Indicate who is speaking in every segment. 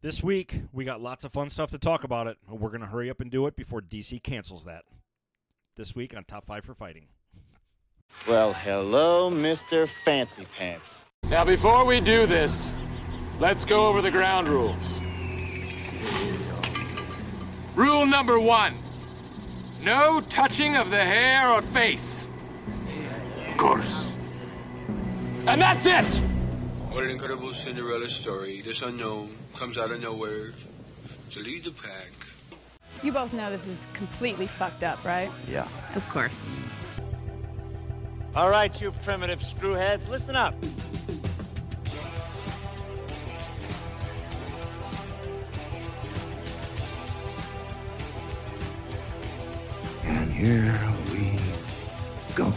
Speaker 1: This week, we got lots of fun stuff to talk about it. We're going to hurry up and do it before DC cancels that. This week on Top 5 for Fighting.
Speaker 2: Well, hello, Mr. Fancy Pants.
Speaker 3: Now, before we do this, let's go over the ground rules. Rule number one no touching of the hair or face.
Speaker 4: Of course.
Speaker 3: And that's it!
Speaker 5: What an incredible Cinderella story. This unknown comes out of nowhere to lead the pack.
Speaker 6: You both know this is completely fucked up, right?
Speaker 4: Yeah.
Speaker 7: Of course.
Speaker 2: All right, you primitive screwheads, listen up.
Speaker 4: And here we go.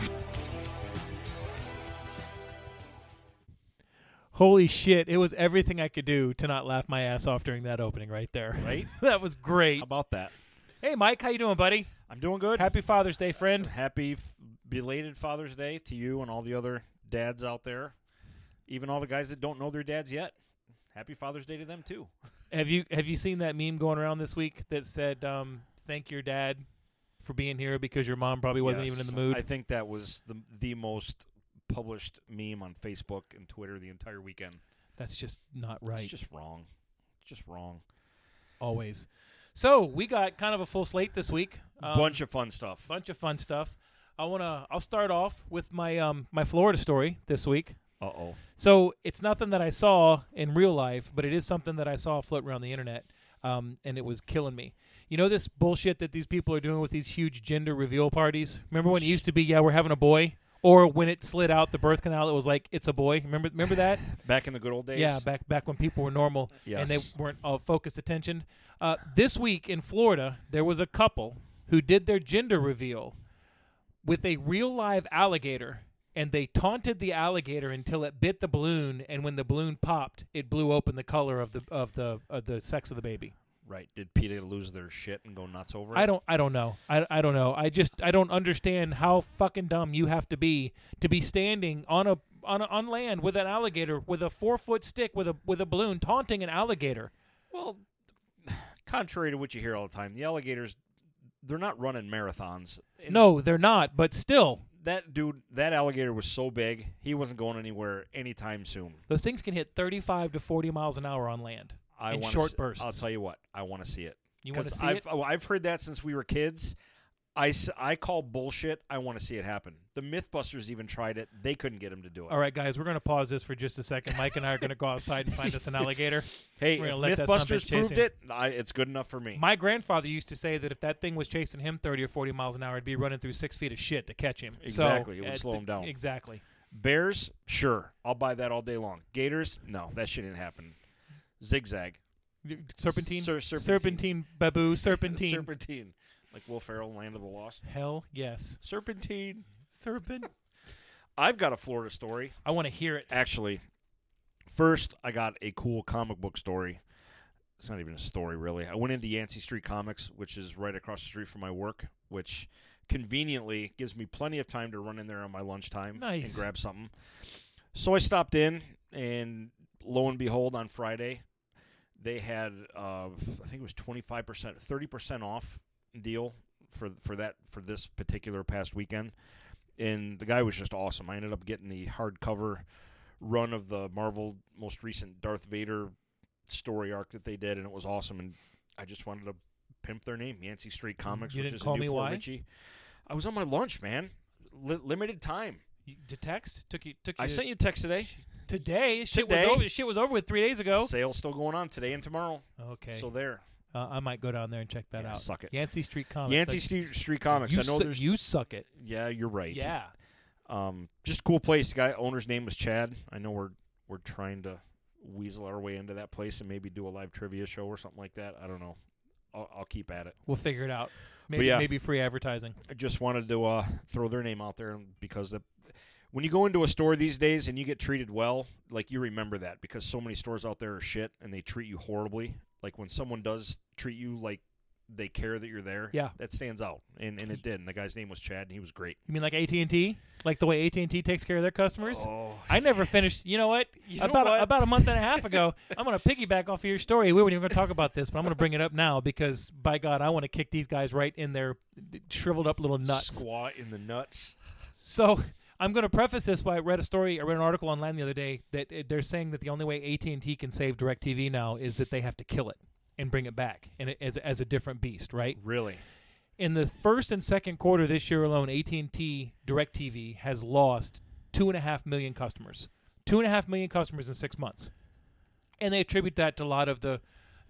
Speaker 8: Holy shit, it was everything I could do to not laugh my ass off during that opening right there.
Speaker 1: Right?
Speaker 8: that was great.
Speaker 1: How about that?
Speaker 8: Hey Mike, how you doing, buddy?
Speaker 1: I'm doing good.
Speaker 8: Happy Father's Day, friend.
Speaker 1: Happy f- belated Father's Day to you and all the other dads out there. Even all the guys that don't know their dads yet. Happy Father's Day to them, too.
Speaker 8: Have you have you seen that meme going around this week that said um, thank your dad for being here because your mom probably wasn't even in
Speaker 1: Yes.
Speaker 8: the mood?
Speaker 1: I think that was the, the most published meme on Facebook and Twitter the entire weekend.
Speaker 8: That's just not right.
Speaker 1: It's just wrong. It's just wrong.
Speaker 8: always. So we got kind of a full slate this week. Um,
Speaker 1: Bunch of fun stuff.
Speaker 8: bunch of fun stuff. I wanna I'll start off with my um my Florida story this week.
Speaker 1: Uh oh.
Speaker 8: So it's nothing that I saw in real life, but it is something that I saw float around the internet, um, and it was killing me. You know this bullshit that these people are doing with these huge gender reveal parties. Remember when it used to be, yeah, we're having a boy, or when it slid out the birth canal, it was like it's a boy. Remember, remember that?
Speaker 1: Back in the good old days.
Speaker 8: Yeah, back back when people were normal and
Speaker 1: Yes.
Speaker 8: they weren't all focused attention. Uh, this week in Florida, there was a couple who did their gender reveal with a real live alligator, and they taunted the alligator until it bit the balloon, and when the balloon popped, it blew open the color of the of the of the sex of the baby.
Speaker 1: Right. Did PETA lose their shit and go nuts over it?
Speaker 8: I don't I don't know. I, I don't know. I just I don't understand how fucking dumb you have to be to be standing on a on a, on land with an alligator with a four foot stick with a with a balloon taunting an alligator.
Speaker 1: Well, contrary to what you hear all the time, the alligators, they're not running marathons. And
Speaker 8: No, they're not. But still,
Speaker 1: That dude, that alligator was so big, he wasn't going anywhere anytime soon.
Speaker 8: those things can hit thirty five to forty miles an hour on land
Speaker 1: I
Speaker 8: in
Speaker 1: wanna
Speaker 8: short
Speaker 1: s-
Speaker 8: bursts.
Speaker 1: I'll tell you what, I want to see it.
Speaker 8: You wanna
Speaker 1: 'Cause
Speaker 8: see
Speaker 1: I've,
Speaker 8: it?
Speaker 1: oh, I've heard that since we were kids. I, s- I call bullshit. I want to see it happen. The MythBusters even tried it. They couldn't get him to do it.
Speaker 8: All right, guys, we're gonna pause this for just a second. Mike and I are gonna go outside and find us an alligator.
Speaker 1: Hey,
Speaker 8: We're
Speaker 1: if
Speaker 8: gonna let that son of a
Speaker 1: MythBusters
Speaker 8: bitch chase
Speaker 1: proved
Speaker 8: him.
Speaker 1: it, I, it's good enough for me.
Speaker 8: My grandfather used to say that if that thing was chasing him 30 or 40 miles an hour, it'd be running through six feet of shit to catch him. So,
Speaker 1: Exactly. It would
Speaker 8: at
Speaker 1: slow
Speaker 8: the-
Speaker 1: him down.
Speaker 8: Exactly.
Speaker 1: Bears, sure, I'll buy that all day long. Gators, no, that shouldn't happen. Zigzag,
Speaker 8: Serpentine?
Speaker 1: Ser- serpentine.
Speaker 8: serpentine. Babu. Serpentine.
Speaker 1: serpentine, like Will Ferrell, Land of the Lost.
Speaker 8: Hell yes.
Speaker 1: Serpentine.
Speaker 8: Serpent.
Speaker 1: I've got a Florida story.
Speaker 8: I want to hear it.
Speaker 1: Actually, first I got a cool comic book story. It's not even a story, really. I went into Yancey Street Comics, which is right across the street from my work, which conveniently gives me plenty of time to run in there on my lunchtime
Speaker 8: Nice.
Speaker 1: and grab something. So I stopped in, and lo and behold, on Friday, they had uh, I think it was twenty five percent, thirty percent off deal for for that for this particular past weekend, and the guy was just awesome. I ended up getting the hardcover run of the Marvel most recent Darth Vader story arc that they did, and it was awesome. And I just wanted to pimp their name, Yancey Street Comics,
Speaker 8: You
Speaker 1: which
Speaker 8: didn't
Speaker 1: is
Speaker 8: call
Speaker 1: in
Speaker 8: me
Speaker 1: Newport
Speaker 8: why?
Speaker 1: Richey. I was on my lunch, man. Li- limited time.
Speaker 8: You- To text? Took you. Took you
Speaker 1: I sent you a text today.
Speaker 8: today. Shit
Speaker 1: Today?
Speaker 8: was over. Shit was over with three days ago.
Speaker 1: Sale still going on today and tomorrow.
Speaker 8: Okay.
Speaker 1: So there,
Speaker 8: uh, I might go down there and check that
Speaker 1: Yeah,
Speaker 8: out.
Speaker 1: suck it.
Speaker 8: Yancey Street Comics.
Speaker 1: Yancey
Speaker 8: Like,
Speaker 1: Street, Street Comics.
Speaker 8: Oh, You,
Speaker 1: I know
Speaker 8: su-
Speaker 1: there's.
Speaker 8: you suck it.
Speaker 1: yeah, you're right.
Speaker 8: Yeah.
Speaker 1: Um, just cool place. The guy owner's name was Chad. I know we're we're trying to weasel our way into that place and maybe do a live trivia show or something like that. I don't know. I'll, I'll keep at it.
Speaker 8: We'll figure it out. Maybe
Speaker 1: yeah.
Speaker 8: maybe free advertising.
Speaker 1: I just wanted to uh, throw their name out there because the, when you go into a store these days and you get treated well, like you remember that because so many stores out there are shit and they treat you horribly. Like when someone does treat you like they care that you're there.
Speaker 8: Yeah.
Speaker 1: that stands out, and and it did. And the guy's name was Chad, and he was great.
Speaker 8: You mean like AT and T, like the way AT and T takes care of their customers?
Speaker 1: Oh.
Speaker 8: I never finished. You know what?
Speaker 1: You know
Speaker 8: about
Speaker 1: what?
Speaker 8: about a month and a half ago, I'm going to piggyback off of your story. We weren't even going to talk about this, but I'm going to bring it up now because by God, I want to kick these guys right in their shriveled up little nuts.
Speaker 1: Squat in the nuts.
Speaker 8: So I'm going to preface this by I read a story. I read an article online the other day that uh, they're saying that the only way AT and T can save Directv now is that they have to kill it and bring it back and it, as as a different beast, right?
Speaker 1: Really?
Speaker 8: in the first and second quarter this year alone, AT and T Directv has lost two and a half million customers. Two and a half million customers in six months, and they attribute that to a lot of the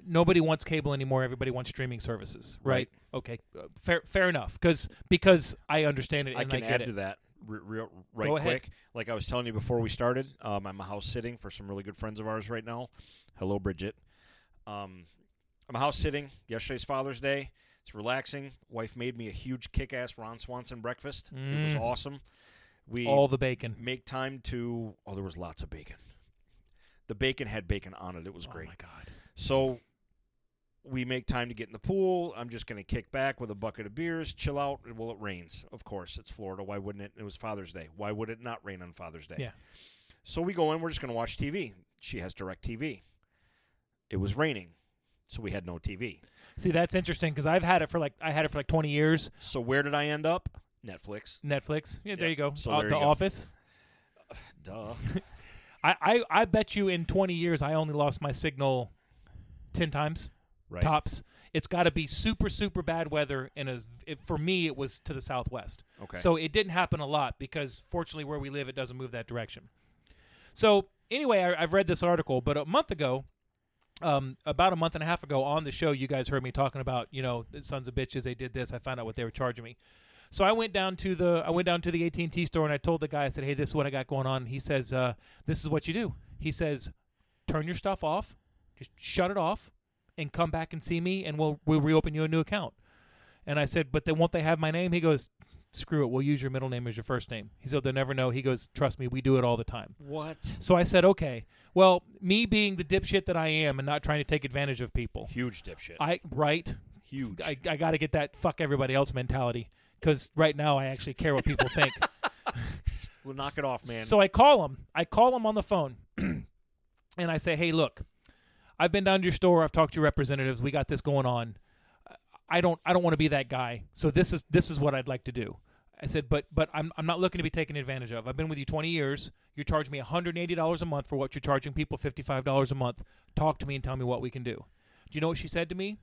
Speaker 8: nobody wants cable anymore. Everybody wants streaming services, right? Okay, uh, fair, fair enough. Because because I understand it. And
Speaker 1: I
Speaker 8: I
Speaker 1: can
Speaker 8: get
Speaker 1: add
Speaker 8: it.
Speaker 1: to that re- real right
Speaker 8: Go ahead.
Speaker 1: quick. Like I was telling you before we started, um, I'm house sitting for some really good friends of ours right now. Hello, Bridget. Um, I'm house sitting. Yesterday's Father's Day. It's relaxing. Wife made me a huge kick-ass Ron Swanson breakfast. It was awesome. We
Speaker 8: Mm. All the bacon.
Speaker 1: make time to. Oh, there was lots of bacon. The bacon had bacon on it. It was great.
Speaker 8: Oh my God.
Speaker 1: So we make time to get in the pool. I'm just going to kick back with a bucket of beers, chill out. Well, it rains. Of course, it's Florida. Why wouldn't it? It was Father's Day. Why would it not rain on Father's Day?
Speaker 8: Yeah.
Speaker 1: So we go in. We're just going to watch TV. She has direct TV. It was raining, so we had no TV.
Speaker 8: See, that's interesting because I've had it for like I had it for like 20 years.
Speaker 1: So where did I end up? Netflix.
Speaker 8: Netflix. Yeah, there
Speaker 1: Yeah,
Speaker 8: you go.
Speaker 1: so
Speaker 8: Uh,
Speaker 1: there
Speaker 8: the
Speaker 1: you go.
Speaker 8: Office.
Speaker 1: Duh.
Speaker 8: I, I I bet you in 20 years I only lost my signal 10 times.
Speaker 1: Right.
Speaker 8: tops. It's got to be super, super bad weather, and as it, for me, it was to the southwest.
Speaker 1: Okay.
Speaker 8: So it didn't happen a lot because fortunately, where we live, it doesn't move that direction. So anyway, I, I've read this article, but a month ago, um, about a month and a half ago on the show, you guys heard me talking about, you know, the sons of bitches. They did this. I found out what they were charging me. So I went down to the I went down to the AT and T store and I told the guy I said, "Hey, this is what I got going on." He says, uh, "This is what you do." He says, "Turn your stuff off, just shut it off, and come back and see me, and we'll we'll reopen you a new account." And I said, "But then won't they have my name?" He goes, "Screw it, we'll use your middle name as your first name." He said, "They'll never know." He goes, "Trust me, we do it all the time."
Speaker 1: Hmm. What?
Speaker 8: So I said, "Okay." Well, me being the dipshit that I am and not trying to take advantage of people,
Speaker 1: Huge dipshit.
Speaker 8: I right
Speaker 1: Huge.
Speaker 8: I, I got to get that fuck everybody else mentality because right now I actually care what people think.
Speaker 1: well, knock it off, man.
Speaker 8: So I call him. I call him on the phone, and I say, "Hey, look, I've been down to your store. I've talked to your representatives. We got this going on. I don't. I don't want to be that guy. So this is this is what I'd like to do." I said, "But but I'm I'm not looking to be taken advantage of. I've been with you 20 years. You charge me 180 dollars a month for what you're charging people 55 dollars a month. Talk to me and tell me what we can do." Do you know what she said to me?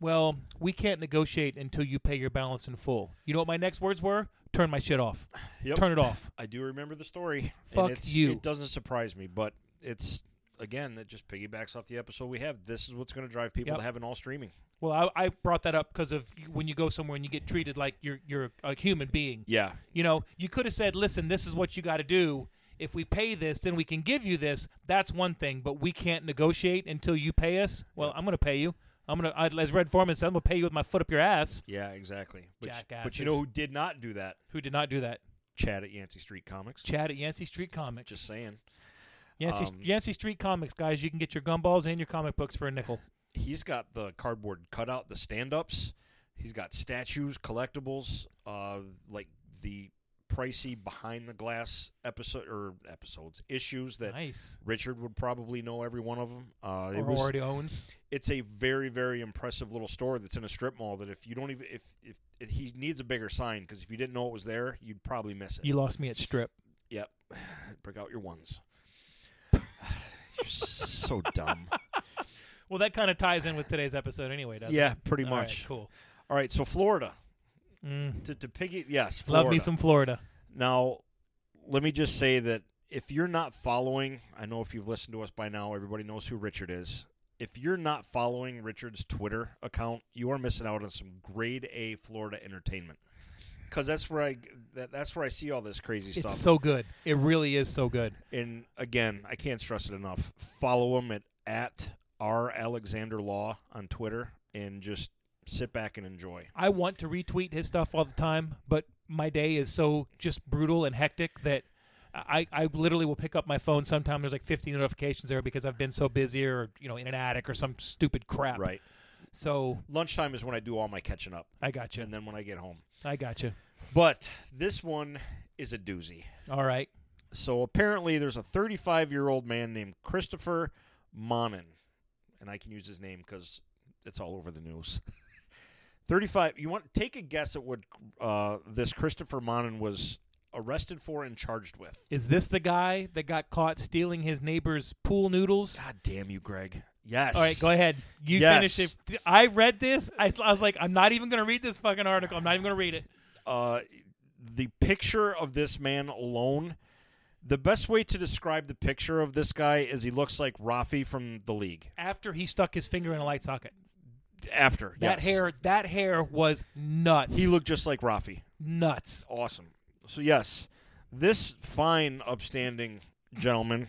Speaker 8: Well, we can't negotiate until you pay your balance in full. You know what my next words were? Turn my shit off.
Speaker 1: Yep.
Speaker 8: Turn it off.
Speaker 1: I do remember the story.
Speaker 8: Fuck
Speaker 1: and it's,
Speaker 8: you.
Speaker 1: It doesn't surprise me, but it's again it just piggybacks off the episode we have. This is what's going to drive people
Speaker 8: Yep.
Speaker 1: to having all streaming.
Speaker 8: Well, I, I brought that up because of when you go somewhere and you get treated like you're you're a human being.
Speaker 1: Yeah,
Speaker 8: You know, you could have said, "Listen, this is what you got to do. If we pay this, then we can give you this." That's one thing, but we can't negotiate until you pay us. Well, I'm going to pay you. I'm going to, as Red Foreman said, I'm going to pay you with my foot up your ass.
Speaker 1: yeah, exactly. But, but
Speaker 8: Jackasses.
Speaker 1: you know who did not do that?
Speaker 8: Who did not do that?
Speaker 1: Chad at Yancey Street Comics.
Speaker 8: Chad at Yancey Street Comics.
Speaker 1: Just saying,
Speaker 8: Yancey,
Speaker 1: um,
Speaker 8: Yancey Street Comics, guys. You can get your gumballs and your comic books for a nickel.
Speaker 1: he's got the cardboard cutout, the stand-ups. He's got statues, collectibles, uh, like the pricey behind the glass episode or episodes issues that
Speaker 8: Nice.
Speaker 1: Richard would probably know every one of them. Uh, it
Speaker 8: Or
Speaker 1: was
Speaker 8: already owns.
Speaker 1: it's a very very impressive little store that's in a strip mall that if you don't even if if, if he needs a bigger sign because if you didn't know it was there you'd probably miss it
Speaker 8: You lost me at strip.
Speaker 1: yep break out your ones you're so dumb
Speaker 8: Well, that kind of ties in with today's episode, anyway, doesn't it?
Speaker 1: yeah pretty
Speaker 8: All right,
Speaker 1: much
Speaker 8: cool.
Speaker 1: all right so florida to, to piggy yes florida.
Speaker 8: Mm. Love me some Florida.
Speaker 1: Now, let me just say that if you're not following, I know if you've listened to us by now, everybody knows who Richard is. If you're not following Richard's Twitter account, you are missing out on some grade A Florida entertainment. Because that's where I that, that's where I see all this crazy
Speaker 8: It's
Speaker 1: stuff.
Speaker 8: so good. It really is so good.
Speaker 1: and again, I can't stress it enough. Follow him at at r alexander law on Twitter and just sit back and enjoy.
Speaker 8: I want to retweet his stuff all the time, but my day is so just brutal and hectic that I, I literally will pick up my phone sometime. There's like 50 notifications there because I've been so busy or, you know, in an attic or some stupid crap.
Speaker 1: Right.
Speaker 8: So
Speaker 1: Lunchtime is when I do all my catching up,
Speaker 8: I got you.
Speaker 1: and then when I get home.
Speaker 8: I got you.
Speaker 1: But this one is a doozy.
Speaker 8: All right.
Speaker 1: So apparently, there's a 35 year old man named Christopher Monin, and I can use his name because it's all over the news. 35. You want take a guess at what uh, this Christopher Monin was arrested for and charged with?
Speaker 8: Is this the guy that got caught stealing his neighbor's pool noodles?
Speaker 1: God damn you, Greg. Yes.
Speaker 8: All right, go ahead. You
Speaker 1: Yes.
Speaker 8: finish it. I read this. I, I was like, I'm not even going to read this fucking article. I'm not even going to read it.
Speaker 1: uh, the picture of this man alone. The best way to describe the picture of this guy is he looks like Rafi from the league.
Speaker 8: After he stuck his finger in a light socket,
Speaker 1: After
Speaker 8: that
Speaker 1: yes.
Speaker 8: hair, that hair was nuts.
Speaker 1: he looked just like Rafi.
Speaker 8: nuts.
Speaker 1: Awesome. So yes, this fine, upstanding gentleman,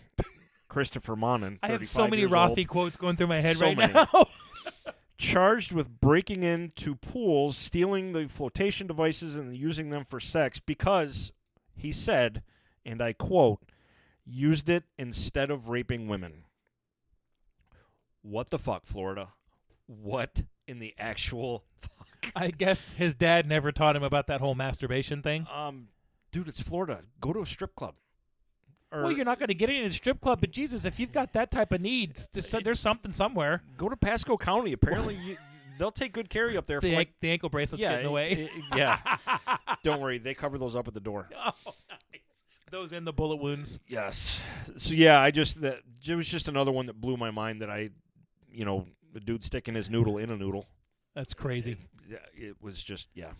Speaker 1: Christopher Monin.
Speaker 8: I have so
Speaker 1: 35
Speaker 8: many
Speaker 1: years
Speaker 8: Rafi
Speaker 1: old,
Speaker 8: quotes going through my head
Speaker 1: So
Speaker 8: right
Speaker 1: many.
Speaker 8: now.
Speaker 1: charged with breaking into pools, stealing the flotation devices, and using them for sex because he said, and I quote, used it instead of raping women. What the fuck, Florida? What in the actual fuck?
Speaker 8: I guess his dad never taught him about that whole masturbation thing.
Speaker 1: Um, dude, it's Florida. Go to a strip club. Or
Speaker 8: Well, you're not going to get it in a strip club, but Jesus, if you've got that type of needs, just- there's something somewhere.
Speaker 1: go to Pasco County. Apparently, you, they'll take good care of you up there.
Speaker 8: The,
Speaker 1: for like,
Speaker 8: an- the ankle bracelets
Speaker 1: yeah,
Speaker 8: get in the way.
Speaker 1: it- it- yeah. Don't worry, they cover those up at the door.
Speaker 8: Those and the bullet wounds.
Speaker 1: Yes. So yeah, I just that it was just another one that blew my mind that I, you know, the dude sticking his noodle in a noodle.
Speaker 8: That's crazy.
Speaker 1: Yeah, It was just yeah,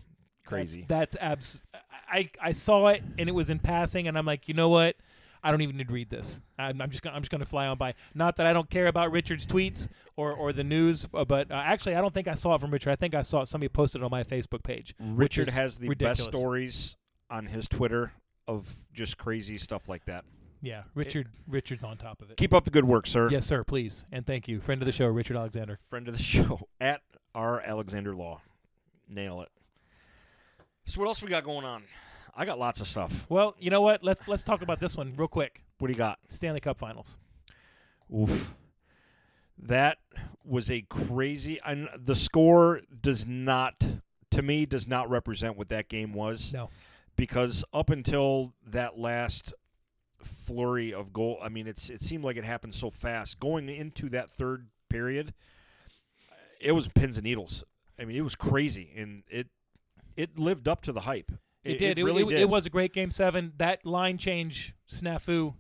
Speaker 1: crazy.
Speaker 8: That's, that's abs. I I saw it and it was in passing, and I'm like, you know what? I don't even need to read this. I'm, I'm just gonna, I'm just gonna fly on by. Not that I don't care about Richard's tweets or, or the news, uh, but uh, actually, I don't think I saw it from Richard. I think I saw it somebody posted it on my Facebook page. which
Speaker 1: Richard
Speaker 8: is
Speaker 1: has the
Speaker 8: ridiculous.
Speaker 1: best stories on his Twitter of just crazy stuff like that.
Speaker 8: Yeah, Richard Richard's on top of it.
Speaker 1: Keep up the good work, sir.
Speaker 8: Yes, sir. Please and thank you, friend of the show, Richard Alexander.
Speaker 1: friend of the show at our Alexander Law. Nail it. So what else we got going on? I got lots of stuff.
Speaker 8: Well, you know what? Let's let's talk about this one real quick.
Speaker 1: What do you got?
Speaker 8: Stanley Cup Finals.
Speaker 1: Oof. That was a crazy. And the score does not, to me, does not represent what that game was.
Speaker 8: No.
Speaker 1: Because up until that last flurry of goal, I mean, it's it seemed like it happened so fast. Going into that third period, it was pins and needles. I mean, it was crazy, and it it lived up to the hype.
Speaker 8: It, did.
Speaker 1: It, really
Speaker 8: it,
Speaker 1: did.
Speaker 8: It was a great game seven. That line change snafu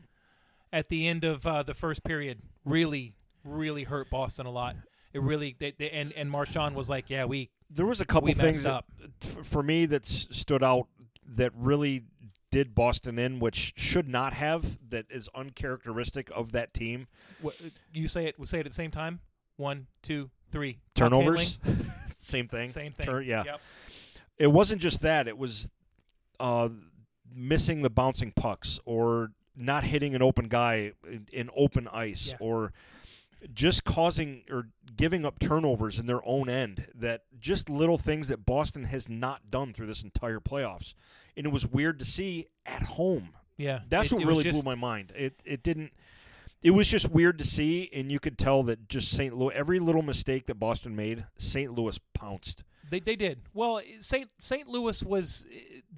Speaker 8: at the end of uh, the first period really, really hurt Boston a lot. It really they, they, and and Marshawn was like, yeah, we
Speaker 1: there was a couple
Speaker 8: we
Speaker 1: things
Speaker 8: messed
Speaker 1: that-
Speaker 8: up.
Speaker 1: f- for me that s- stood out that really did Boston in, which should not have. That is uncharacteristic of that team.
Speaker 8: What, you say it. We say it at the same time. One, two, three. Puck
Speaker 1: Turnovers, same thing.
Speaker 8: handling. Same thing.
Speaker 1: Tur- yeah,
Speaker 8: Yep.
Speaker 1: it wasn't just that. It was uh, missing the bouncing pucks or not hitting an open guy in, in open ice
Speaker 8: Yeah.
Speaker 1: or just causing or giving up turnovers in their own end that just little things that Boston has not done through this entire playoffs and it was weird to see at home
Speaker 8: Yeah.
Speaker 1: that's
Speaker 8: It-
Speaker 1: what
Speaker 8: it was
Speaker 1: really
Speaker 8: just-
Speaker 1: blew my mind. It it didn't. It was just weird to see, and you could tell that just St. Louis, every little mistake that Boston made, St. Louis pounced.
Speaker 8: They, they did well. Saint Saint Louis was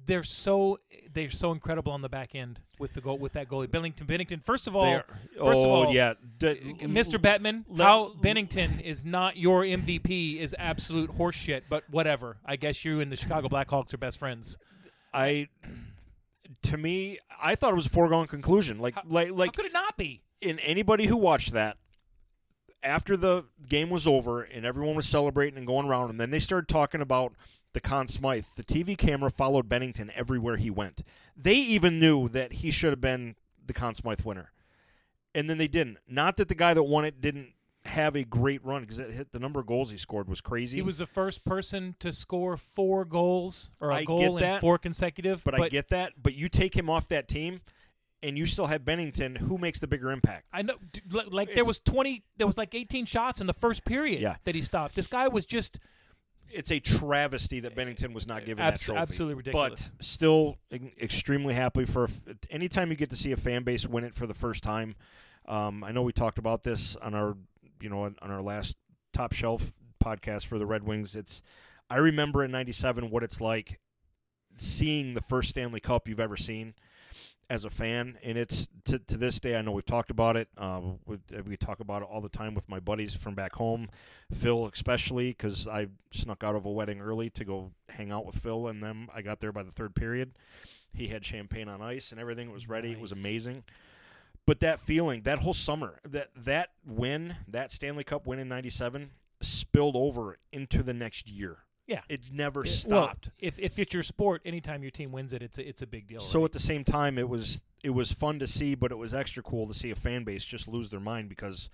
Speaker 8: they're so they're so incredible on the back end with the goal with that goalie Bennington Bennington. First of all,
Speaker 1: They're-
Speaker 8: first
Speaker 1: oh
Speaker 8: of all, uh,
Speaker 1: yeah, D-
Speaker 8: Mr. Bettman,
Speaker 1: let-
Speaker 8: how Bennington is not your MVP is absolute horseshit. But whatever, I guess you and the Chicago Blackhawks are best friends.
Speaker 1: I to me, I thought it was a foregone conclusion. Like like
Speaker 8: how
Speaker 1: like
Speaker 8: could it not be?
Speaker 1: in anybody who watched that after the game was over and everyone was celebrating and going around, and then they started talking about the Conn Smythe. The TV camera followed Bennington everywhere he went. They even knew that he should have been the Conn Smythe winner, and then they didn't. Not that the guy that won it didn't have a great run because the number of goals he scored was crazy.
Speaker 8: He was the first person to score four goals or a
Speaker 1: I get
Speaker 8: goal in
Speaker 1: that,
Speaker 8: four consecutive.
Speaker 1: but, I get that. But you take him off that team, and you still have Bennington. Who makes the bigger impact?
Speaker 8: I know, d- li- like there
Speaker 1: It's-
Speaker 8: was twenty, there was like eighteen shots in the first period
Speaker 1: Yeah.
Speaker 8: that he stopped. This guy was just
Speaker 1: it's a travesty that Bennington was not given
Speaker 8: Abso-
Speaker 1: that trophy.
Speaker 8: absolutely ridiculous.
Speaker 1: But still e- extremely happy for a f- anytime you get to see a fan base win it for the first time. Um, I know we talked about this on our you know on on our last top shelf podcast for the Red Wings. It's I remember in '97 what it's like seeing the first Stanley Cup you've ever seen as a fan, and it's to, to this day. I know we've talked about it. Uh, we, we talk about it all the time with my buddies from back home, Phil especially, because I snuck out of a wedding early to go hang out with Phil and them. I got there by the third period. He had champagne on ice and everything was ready. It was
Speaker 8: Nice.
Speaker 1: amazing. But that feeling, that whole summer, that that win, that Stanley Cup win in '97, spilled over into the next year.
Speaker 8: Yeah.
Speaker 1: It never
Speaker 8: Well,
Speaker 1: stopped.
Speaker 8: if, if it's your sport, anytime your team wins it, it's a, it's a big deal.
Speaker 1: So at the same time, it was it was fun to see, but it was extra cool to see a fan base just lose their mind because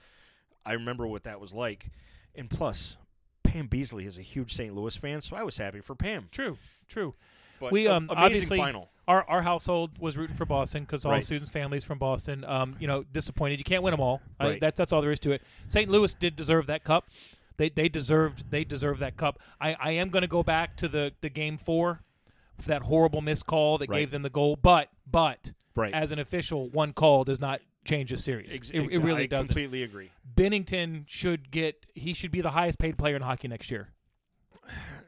Speaker 1: I remember what that was like. And plus, Pam Beasley is a huge St. Louis fan, so I was happy for Pam.
Speaker 8: True, true.
Speaker 1: But
Speaker 8: we
Speaker 1: a-
Speaker 8: um,
Speaker 1: amazing
Speaker 8: obviously
Speaker 1: final.
Speaker 8: our our household was rooting for Boston because all
Speaker 1: Right.
Speaker 8: students' families from Boston. Um, you know, disappointed you can't win them all. I-
Speaker 1: Right.
Speaker 8: that- that's all there is to it. St. Louis did deserve that cup. They they deserved they deserved that cup. I, I am going to go back to the the game four, for that horrible missed call that
Speaker 1: Right.
Speaker 8: gave them the goal. But but
Speaker 1: Right.
Speaker 8: as an official, one call does not change a series.
Speaker 1: Ex-
Speaker 8: it,
Speaker 1: ex-
Speaker 8: it really
Speaker 1: I
Speaker 8: doesn't.
Speaker 1: Completely agree.
Speaker 8: Bennington should get he should be the highest paid player in hockey next year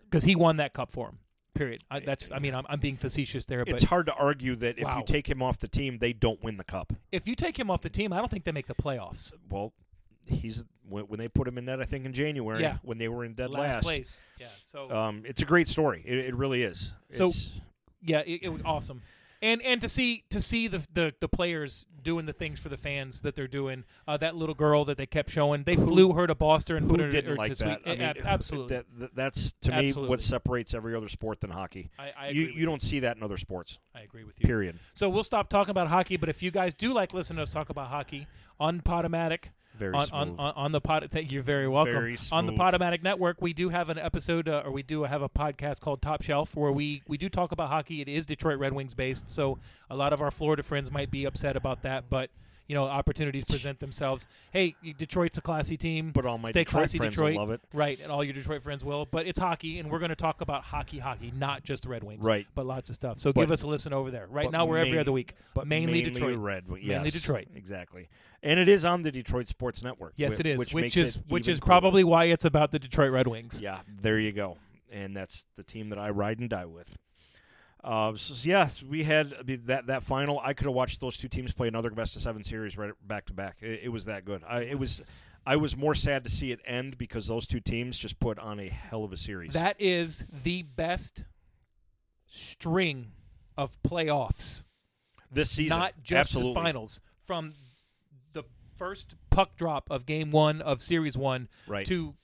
Speaker 8: because he won that cup for him. Period. I, that's I mean I'm, I'm being facetious there, but
Speaker 1: It's hard to argue that if
Speaker 8: Wow.
Speaker 1: you take him off the team, they don't win the cup.
Speaker 8: if you take him off the team, I don't think they make the playoffs.
Speaker 1: Well, he's when, when they put him in net, I think in January,
Speaker 8: Yeah.
Speaker 1: when they were in dead last,
Speaker 8: Last, place. Yeah. So
Speaker 1: Um, it's a great story. It, it really is.
Speaker 8: So-
Speaker 1: It's-
Speaker 8: yeah, it, it was awesome. And and to see to see the, the the players doing the things for the fans that they're doing. Uh, that little girl that they kept showing, they flew her to Boston and
Speaker 1: who
Speaker 8: put her,
Speaker 1: didn't
Speaker 8: her
Speaker 1: like
Speaker 8: to
Speaker 1: that?
Speaker 8: Sweet, ab- absolutely.
Speaker 1: That, that- that's to me
Speaker 8: Absolutely.
Speaker 1: what separates every other sport than hockey.
Speaker 8: I- I
Speaker 1: you
Speaker 8: agree with
Speaker 1: you don't see that in other sports.
Speaker 8: I agree with you.
Speaker 1: Period.
Speaker 8: So we'll stop talking about hockey, but if you guys do like listening to us talk about hockey on Podomatic,
Speaker 1: Very
Speaker 8: on, on,
Speaker 1: smooth.
Speaker 8: on, on the pod, thank you, very welcome.
Speaker 1: Very
Speaker 8: on the
Speaker 1: smooth.
Speaker 8: Podomatic Network, we do have an episode, uh, or we do have a podcast called Top Shelf, where we we do talk about hockey. It is Detroit Red Wings based, so a lot of our Florida friends might be upset about that, but. You know, opportunities present themselves. Hey, Detroit's a classy team.
Speaker 1: But all my
Speaker 8: Stay
Speaker 1: Detroit
Speaker 8: classy,
Speaker 1: friends will
Speaker 8: Detroit.
Speaker 1: love it.
Speaker 8: Right, and all your Detroit friends will. But it's hockey, and we're going to talk about hockey, hockey, not just the Red Wings.
Speaker 1: Right.
Speaker 8: But lots of stuff. So give us a listen over there. Right
Speaker 1: But
Speaker 8: now, we're every
Speaker 1: main-
Speaker 8: other week.
Speaker 1: but
Speaker 8: mainly, Detroit.
Speaker 1: Red, Wing- yes,
Speaker 8: Mainly Detroit.
Speaker 1: Exactly. And it is on the Detroit Sports Network.
Speaker 8: Yes,
Speaker 1: whi-
Speaker 8: it is. Which,
Speaker 1: Which, makes
Speaker 8: is
Speaker 1: it
Speaker 8: which
Speaker 1: even
Speaker 8: is
Speaker 1: cooler.
Speaker 8: probably why it's about the Detroit Red Wings.
Speaker 1: Yeah, there you go. And that's the team that I ride and die with. Uh, so so yes, we had I mean, that that final. I could have watched those two teams play another best of seven series right back to back. It, it was that good. I, it was. I was more sad to see it end because those two teams just put on a hell of a series.
Speaker 8: That is the best string of playoffs,
Speaker 1: this season,
Speaker 8: not just
Speaker 1: Absolutely.
Speaker 8: the finals. From the first puck drop of Game One of Series One
Speaker 1: Right.
Speaker 8: to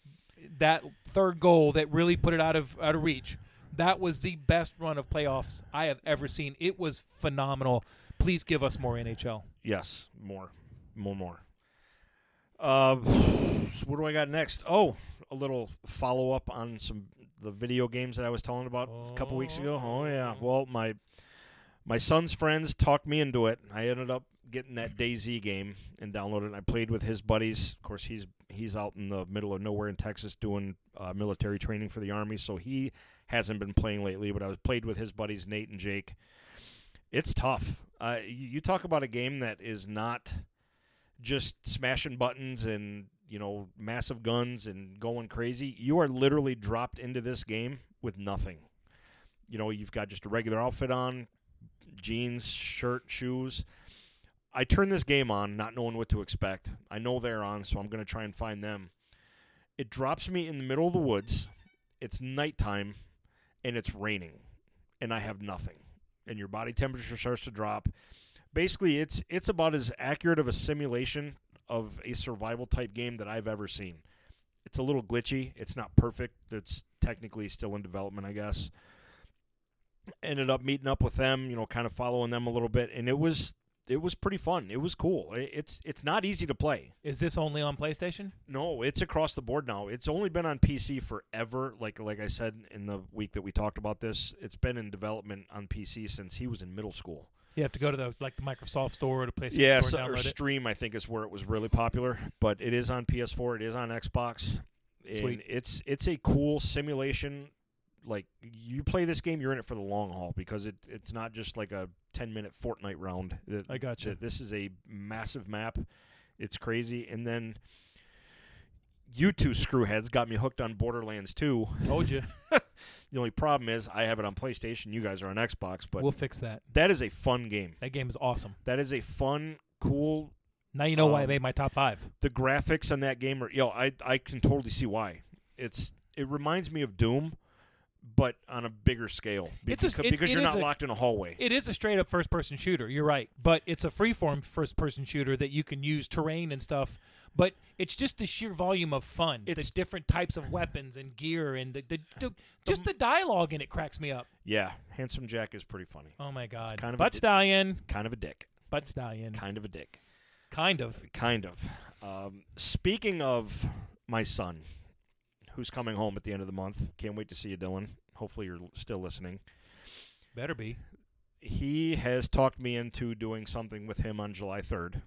Speaker 8: that third goal that really put it out of out of reach. That was the best run of playoffs I have ever seen. It was phenomenal. Please give us more NHL.
Speaker 1: Yes, more, more, more. Uh, so what do I got next? Oh, a little follow up on some the video games that I was telling about a couple weeks ago. Oh yeah. Well, my my son's friends talked me into it. I ended up getting that DayZ game and downloaded. it. I played with his buddies. Of course, he's he's out in the middle of nowhere in Texas doing uh, military training for the army, so he hasn't been playing lately. But I was played with his buddies Nate and Jake. It's tough. Uh, you, you talk about a game that is not just smashing buttons and you know massive guns and going crazy. You are literally dropped into this game with nothing. You know, you've got just a regular outfit on, jeans, shirt, shoes. I turn this game on, not knowing what to expect. I know they're on, so I'm going to try and find them. It drops me in the middle of the woods. It's nighttime, and it's raining, and I have nothing. And your body temperature starts to drop. Basically, it's it's about as accurate of a simulation of a survival type game that I've ever seen. It's a little glitchy. It's not perfect. It's technically still in development, I guess ended up meeting up with them, you know, kind of following them a little bit, and it was it was pretty fun. It was cool. It, it's it's not easy to play.
Speaker 8: Is this only on PlayStation?
Speaker 1: No, it's across the board now. It's only been on PC forever. Like like I said in the week that we talked about this, it's been in development on PC since he was in middle school.
Speaker 8: You have to go to the like the Microsoft store or the PlayStation
Speaker 1: Yeah,
Speaker 8: store
Speaker 1: so,
Speaker 8: and
Speaker 1: or
Speaker 8: download it.
Speaker 1: Stream, I think, is where it was really popular. But it is on PS4. It is on Xbox. And
Speaker 8: Sweet.
Speaker 1: It's it's a cool simulation. Like you play this game, you're in it for the long haul because it, it's not just like a 10 minute Fortnite round. That-
Speaker 8: I gotcha.
Speaker 1: that This is a massive map. It's crazy, and then you two screwheads got me hooked on Borderlands 2.
Speaker 8: Told you.
Speaker 1: The only problem is I have it on PlayStation. You guys are on Xbox, but
Speaker 8: we'll fix that.
Speaker 1: that is a fun game.
Speaker 8: That game is awesome.
Speaker 1: That is a fun, cool.
Speaker 8: Now you know why I
Speaker 1: Um,
Speaker 8: made my top five.
Speaker 1: The graphics on that game are yo. I I can totally see why. It's it reminds me of Doom, but on a bigger scale.
Speaker 8: It's
Speaker 1: Because,
Speaker 8: just- it-
Speaker 1: because
Speaker 8: it
Speaker 1: you're
Speaker 8: is
Speaker 1: not
Speaker 8: a-
Speaker 1: locked in a hallway.
Speaker 8: It is a straight up first person shooter. You're right, but it's a freeform first person shooter that you can use terrain and stuff. But it's just the sheer volume of fun,
Speaker 1: It's-
Speaker 8: the different types of weapons and gear, and the, the, the just the dialogue in it cracks me up.
Speaker 1: yeah, Handsome Jack is pretty funny.
Speaker 8: Oh my god!
Speaker 1: kind of
Speaker 8: butt
Speaker 1: a-
Speaker 8: stallion,
Speaker 1: Kind of a dick.
Speaker 8: butt stallion,
Speaker 1: Kind of a dick.
Speaker 8: kind of.
Speaker 1: Kind of. Um, speaking of my son, who's coming home at the end of the month. Can't wait to see you, Dylan. Hopefully you're l- still listening.
Speaker 8: Better be.
Speaker 1: he has talked me into doing something with him on July 3rd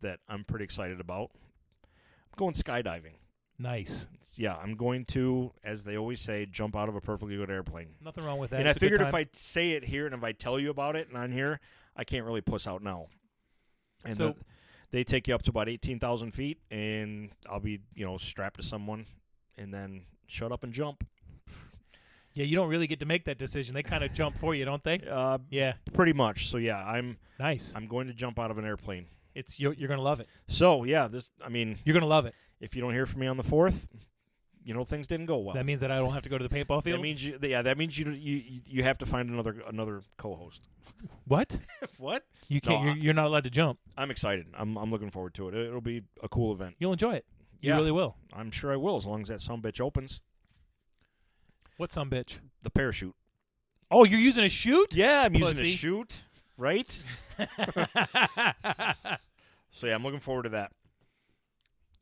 Speaker 1: that I'm pretty excited about. I'm going skydiving.
Speaker 8: Nice.
Speaker 1: It's- yeah, I'm going to, as they always say, jump out of a perfectly good airplane.
Speaker 8: Nothing wrong with that.
Speaker 1: and I
Speaker 8: It's a good
Speaker 1: figured if
Speaker 8: time.
Speaker 1: I say it here and if I tell you about it and on here, I can't really puss out now. And
Speaker 8: So-
Speaker 1: the- they take you up to about 18,000 feet, and I'll be, you know, strapped to someone and then shut up and jump.
Speaker 8: yeah, you don't really get to make that decision. They kind of jump for you, don't they?
Speaker 1: Uh,
Speaker 8: Yeah.
Speaker 1: pretty much. So, yeah, I'm,
Speaker 8: Nice.
Speaker 1: I'm going to jump out of an airplane.
Speaker 8: It's you're, you're gonna love it.
Speaker 1: So, yeah, this, I mean,
Speaker 8: You're gonna love it.
Speaker 1: if you don't hear from me on the fourth, you know things didn't go well.
Speaker 8: That means that I don't have to go to the paintball field.
Speaker 1: That means you, yeah. That means you you you- you have to find another another co-host.
Speaker 8: what?
Speaker 1: What?
Speaker 8: You
Speaker 1: No,
Speaker 8: can't.
Speaker 1: I-
Speaker 8: you're, you're not allowed to jump.
Speaker 1: I'm excited. I'm I'm looking forward to it. It'll be a cool event.
Speaker 8: You'll enjoy it. You
Speaker 1: Yeah.
Speaker 8: really will.
Speaker 1: I'm sure I will, as long as that some bitch opens
Speaker 8: What some bitch?
Speaker 1: the parachute.
Speaker 8: Oh, you're using a chute?
Speaker 1: Yeah, I'm
Speaker 8: Pussy.
Speaker 1: using a chute, right? so yeah, I'm looking forward to that.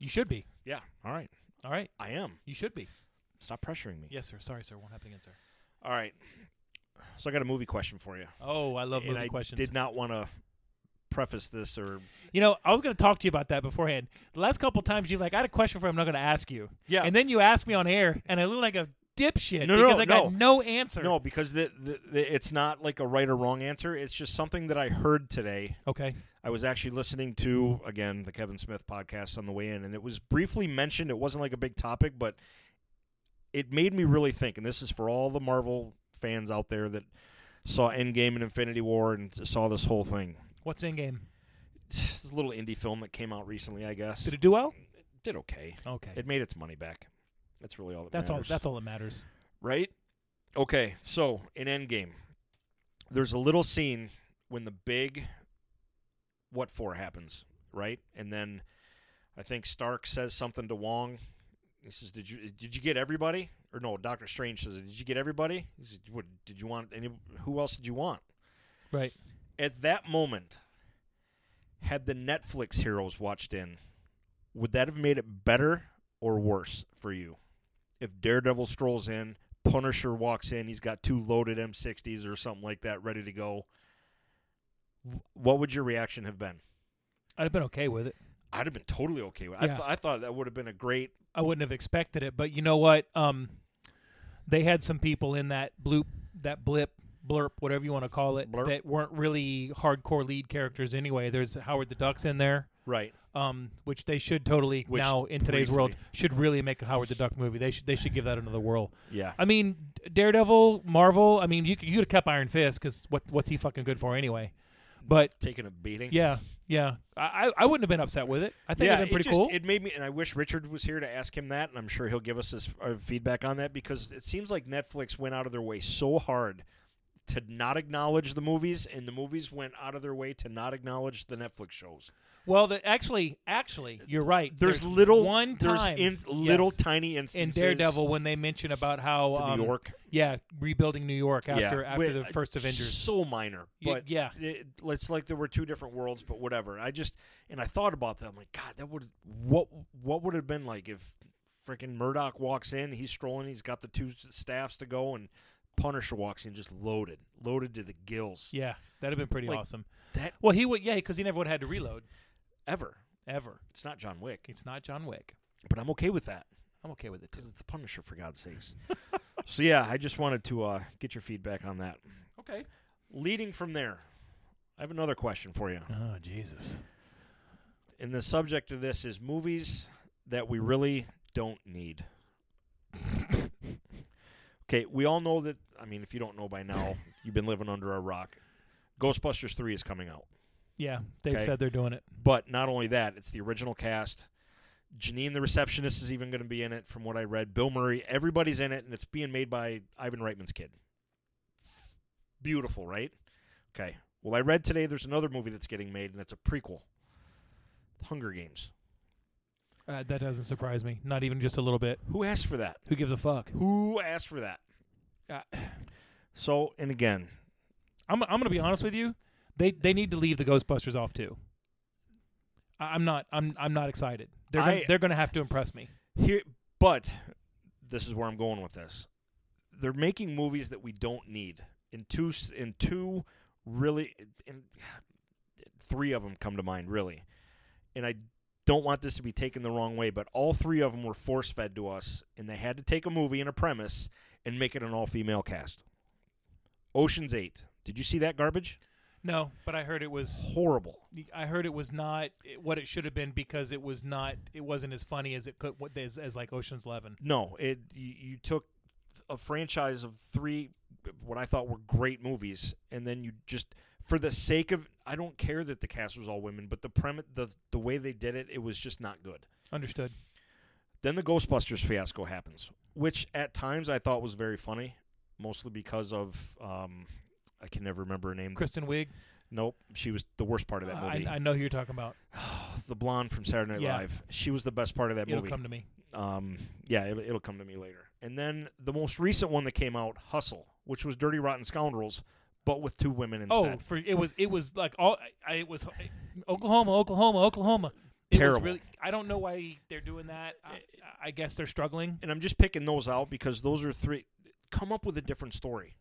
Speaker 8: You should be.
Speaker 1: Yeah. All right.
Speaker 8: All right.
Speaker 1: I am.
Speaker 8: You should be.
Speaker 1: Stop pressuring me.
Speaker 8: Yes, sir. Sorry, sir. Won't happen again, sir.
Speaker 1: All right. So I got a movie question for you.
Speaker 8: Oh, I love
Speaker 1: and
Speaker 8: movie
Speaker 1: I
Speaker 8: questions.
Speaker 1: did not want to preface this or
Speaker 8: You know, I was going to talk to you about that beforehand. The last couple times you've like, I had a question for him. I'm not going to ask you.
Speaker 1: Yeah.
Speaker 8: And then you asked me on air, and I look like a dipshit
Speaker 1: No, no,
Speaker 8: because
Speaker 1: no,
Speaker 8: I got
Speaker 1: no.
Speaker 8: no answer.
Speaker 1: No, because the, the, the it's not like a right or wrong answer. It's just something that I heard today.
Speaker 8: Okay.
Speaker 1: I was actually listening to again the Kevin Smith podcast on the way in, and it was briefly mentioned. It wasn't like a big topic, but it made me really think. And this is for all the Marvel fans out there that saw Endgame and Infinity War and saw this whole thing.
Speaker 8: What's in game?
Speaker 1: This is a little indie film that came out recently, I guess.
Speaker 8: Did it do well?
Speaker 1: did okay.
Speaker 8: Okay.
Speaker 1: It made its money back. That's really all. That
Speaker 8: that's all.
Speaker 1: matters.
Speaker 8: That's all that matters.
Speaker 1: right? Okay, so in Endgame, there's a little scene when the big what for happens, right? And then I think Stark says something to Wong. He says, "Did you did you get everybody?" Or no, Doctor Strange says, "Did you get everybody?" He says, "What did you want? Any who else did you want?"
Speaker 8: Right.
Speaker 1: At that moment, had the Netflix heroes watched in, would that have made it better or worse for you? If Daredevil strolls in, Punisher walks in, he's got two loaded M60s or something like that ready to go. wh- What would your reaction have been?
Speaker 8: I'd have been okay with it.
Speaker 1: I'd have been totally okay with. I,
Speaker 8: Yeah.
Speaker 1: th- I thought that would have been a great.
Speaker 8: I wouldn't have expected it, but you know what? Um, they had some people in that bloop, that blip, blurp, whatever you want to call it,
Speaker 1: Blurp.
Speaker 8: that weren't really hardcore lead characters anyway. There's Howard the Ducks in there,
Speaker 1: Right.
Speaker 8: um, which they should totally
Speaker 1: Which
Speaker 8: now in today's world
Speaker 1: briefly-
Speaker 8: should really make a Howard the Duck movie. They should they should give that another whirl.
Speaker 1: Yeah.
Speaker 8: I mean, Daredevil, Marvel. I mean, you could- you could have kept Iron Fist because what what's he fucking good for anyway? But
Speaker 1: Taking a beating.
Speaker 8: yeah, yeah, I I I wouldn't have been upset with it. I think it'd been
Speaker 1: it
Speaker 8: pretty
Speaker 1: just-
Speaker 8: cool.
Speaker 1: It made me, and I wish Richard was here to ask him that, and I'm sure he'll give us his uh, feedback on that because it seems like Netflix went out of their way so hard to not acknowledge the movies, and the movies went out of their way to not acknowledge the Netflix shows.
Speaker 8: Well, the, actually, actually, you're right.
Speaker 1: There's, little
Speaker 8: one
Speaker 1: there's
Speaker 8: time,
Speaker 1: in, little
Speaker 8: yes,
Speaker 1: tiny
Speaker 8: in
Speaker 1: instances
Speaker 8: Daredevil when they mention about how
Speaker 1: to
Speaker 8: um,
Speaker 1: New York
Speaker 8: yeah, rebuilding New York after
Speaker 1: yeah. uh,
Speaker 8: after
Speaker 1: Wait,
Speaker 8: the first Avengers.
Speaker 1: So minor,
Speaker 8: Y-
Speaker 1: but
Speaker 8: yeah.
Speaker 1: it, it's like there were two different worlds, but whatever. I just and I thought about that. I'm like, God, that would what what would it have been like if freaking Murdoch walks in, he's strolling, he's got the two s- staffs to go, and Punisher walks in just loaded, loaded to the gills.
Speaker 8: Yeah, that'd have been pretty
Speaker 1: Like,
Speaker 8: awesome.
Speaker 1: That
Speaker 8: Well, he would yeah, because he never would have had to reload
Speaker 1: ever.
Speaker 8: ever.
Speaker 1: It's not John Wick,
Speaker 8: It's not John Wick.
Speaker 1: but I'm okay with that
Speaker 8: I'm okay with it. Too.
Speaker 1: because it's the Punisher for God's sakes. so yeah, I just wanted to uh, get your feedback on that.
Speaker 8: Okay.
Speaker 1: Leading from there, I have another question for you.
Speaker 8: Oh Jesus.
Speaker 1: and the subject of this is movies that we really don't need. okay, we all know that. I mean, if you don't know by now, you've been living under a rock. Ghostbusters 3 is coming out.
Speaker 8: Yeah, they've
Speaker 1: Okay.
Speaker 8: said they're doing it.
Speaker 1: But not only that, it's the original cast. Janine the receptionist is even going to be in it, from what I read. Bill Murray, everybody's in it, and it's being made by Ivan Reitman's kid. Beautiful, right? Okay. Well, I read today there's another movie that's getting made, and it's a prequel Hunger Games.
Speaker 8: Uh, that doesn't surprise me, not even just a little bit.
Speaker 1: Who asked for that?
Speaker 8: Who gives a fuck?
Speaker 1: Who asked for that?
Speaker 8: Uh,
Speaker 1: So, and again,
Speaker 8: I'm I'm gonna be honest with you. They they need to leave the Ghostbusters off too. I, I'm not I'm I'm not excited. They're gonna,
Speaker 1: I-
Speaker 8: they're gonna have to impress me.
Speaker 1: Here, but this is where I'm going with this. They're making movies that we don't need. In two, s- in two, really, in three of them come to mind really, and I don't want this to be taken the wrong way, but all three of them were force fed to us, and they had to take a movie and a premise and make it an all female cast. Ocean's Eight. Did you see that garbage?
Speaker 8: No, but I heard it was
Speaker 1: Horrible.
Speaker 8: I heard it was not what it should have been because it was not it wasn't as funny as it could what as, as like Ocean's Eleven.
Speaker 1: No, it you, you took a franchise of three what I thought were great movies, and then you just for the sake of I don't care that the cast was all women, but the premise, the the way they did it, it was just not good.
Speaker 8: Understood.
Speaker 1: Then the Ghostbusters fiasco happens, which at times I thought was very funny, mostly because of um, I can never remember her name.
Speaker 8: Kristen Wiig.
Speaker 1: Nope, she was the worst part of that
Speaker 8: Uh, I,
Speaker 1: movie.
Speaker 8: I know who you're talking about.
Speaker 1: the blonde from Saturday Night
Speaker 8: Yeah.
Speaker 1: Live. She was the best part of that
Speaker 8: It'll
Speaker 1: movie
Speaker 8: come to me.
Speaker 1: um, yeah, it'll, it'll come to me later. And then the most recent one that came out, Hustle, which was Dirty Rotten Scoundrels, but with two women
Speaker 8: Oh,
Speaker 1: instead.
Speaker 8: for it was it was like all I, it was Oklahoma, Oklahoma, Oklahoma. It was
Speaker 1: Terrible.
Speaker 8: really, I don't know why they're doing that. I, I guess they're struggling.
Speaker 1: And I'm just picking those out because those are three. Come up with a different story.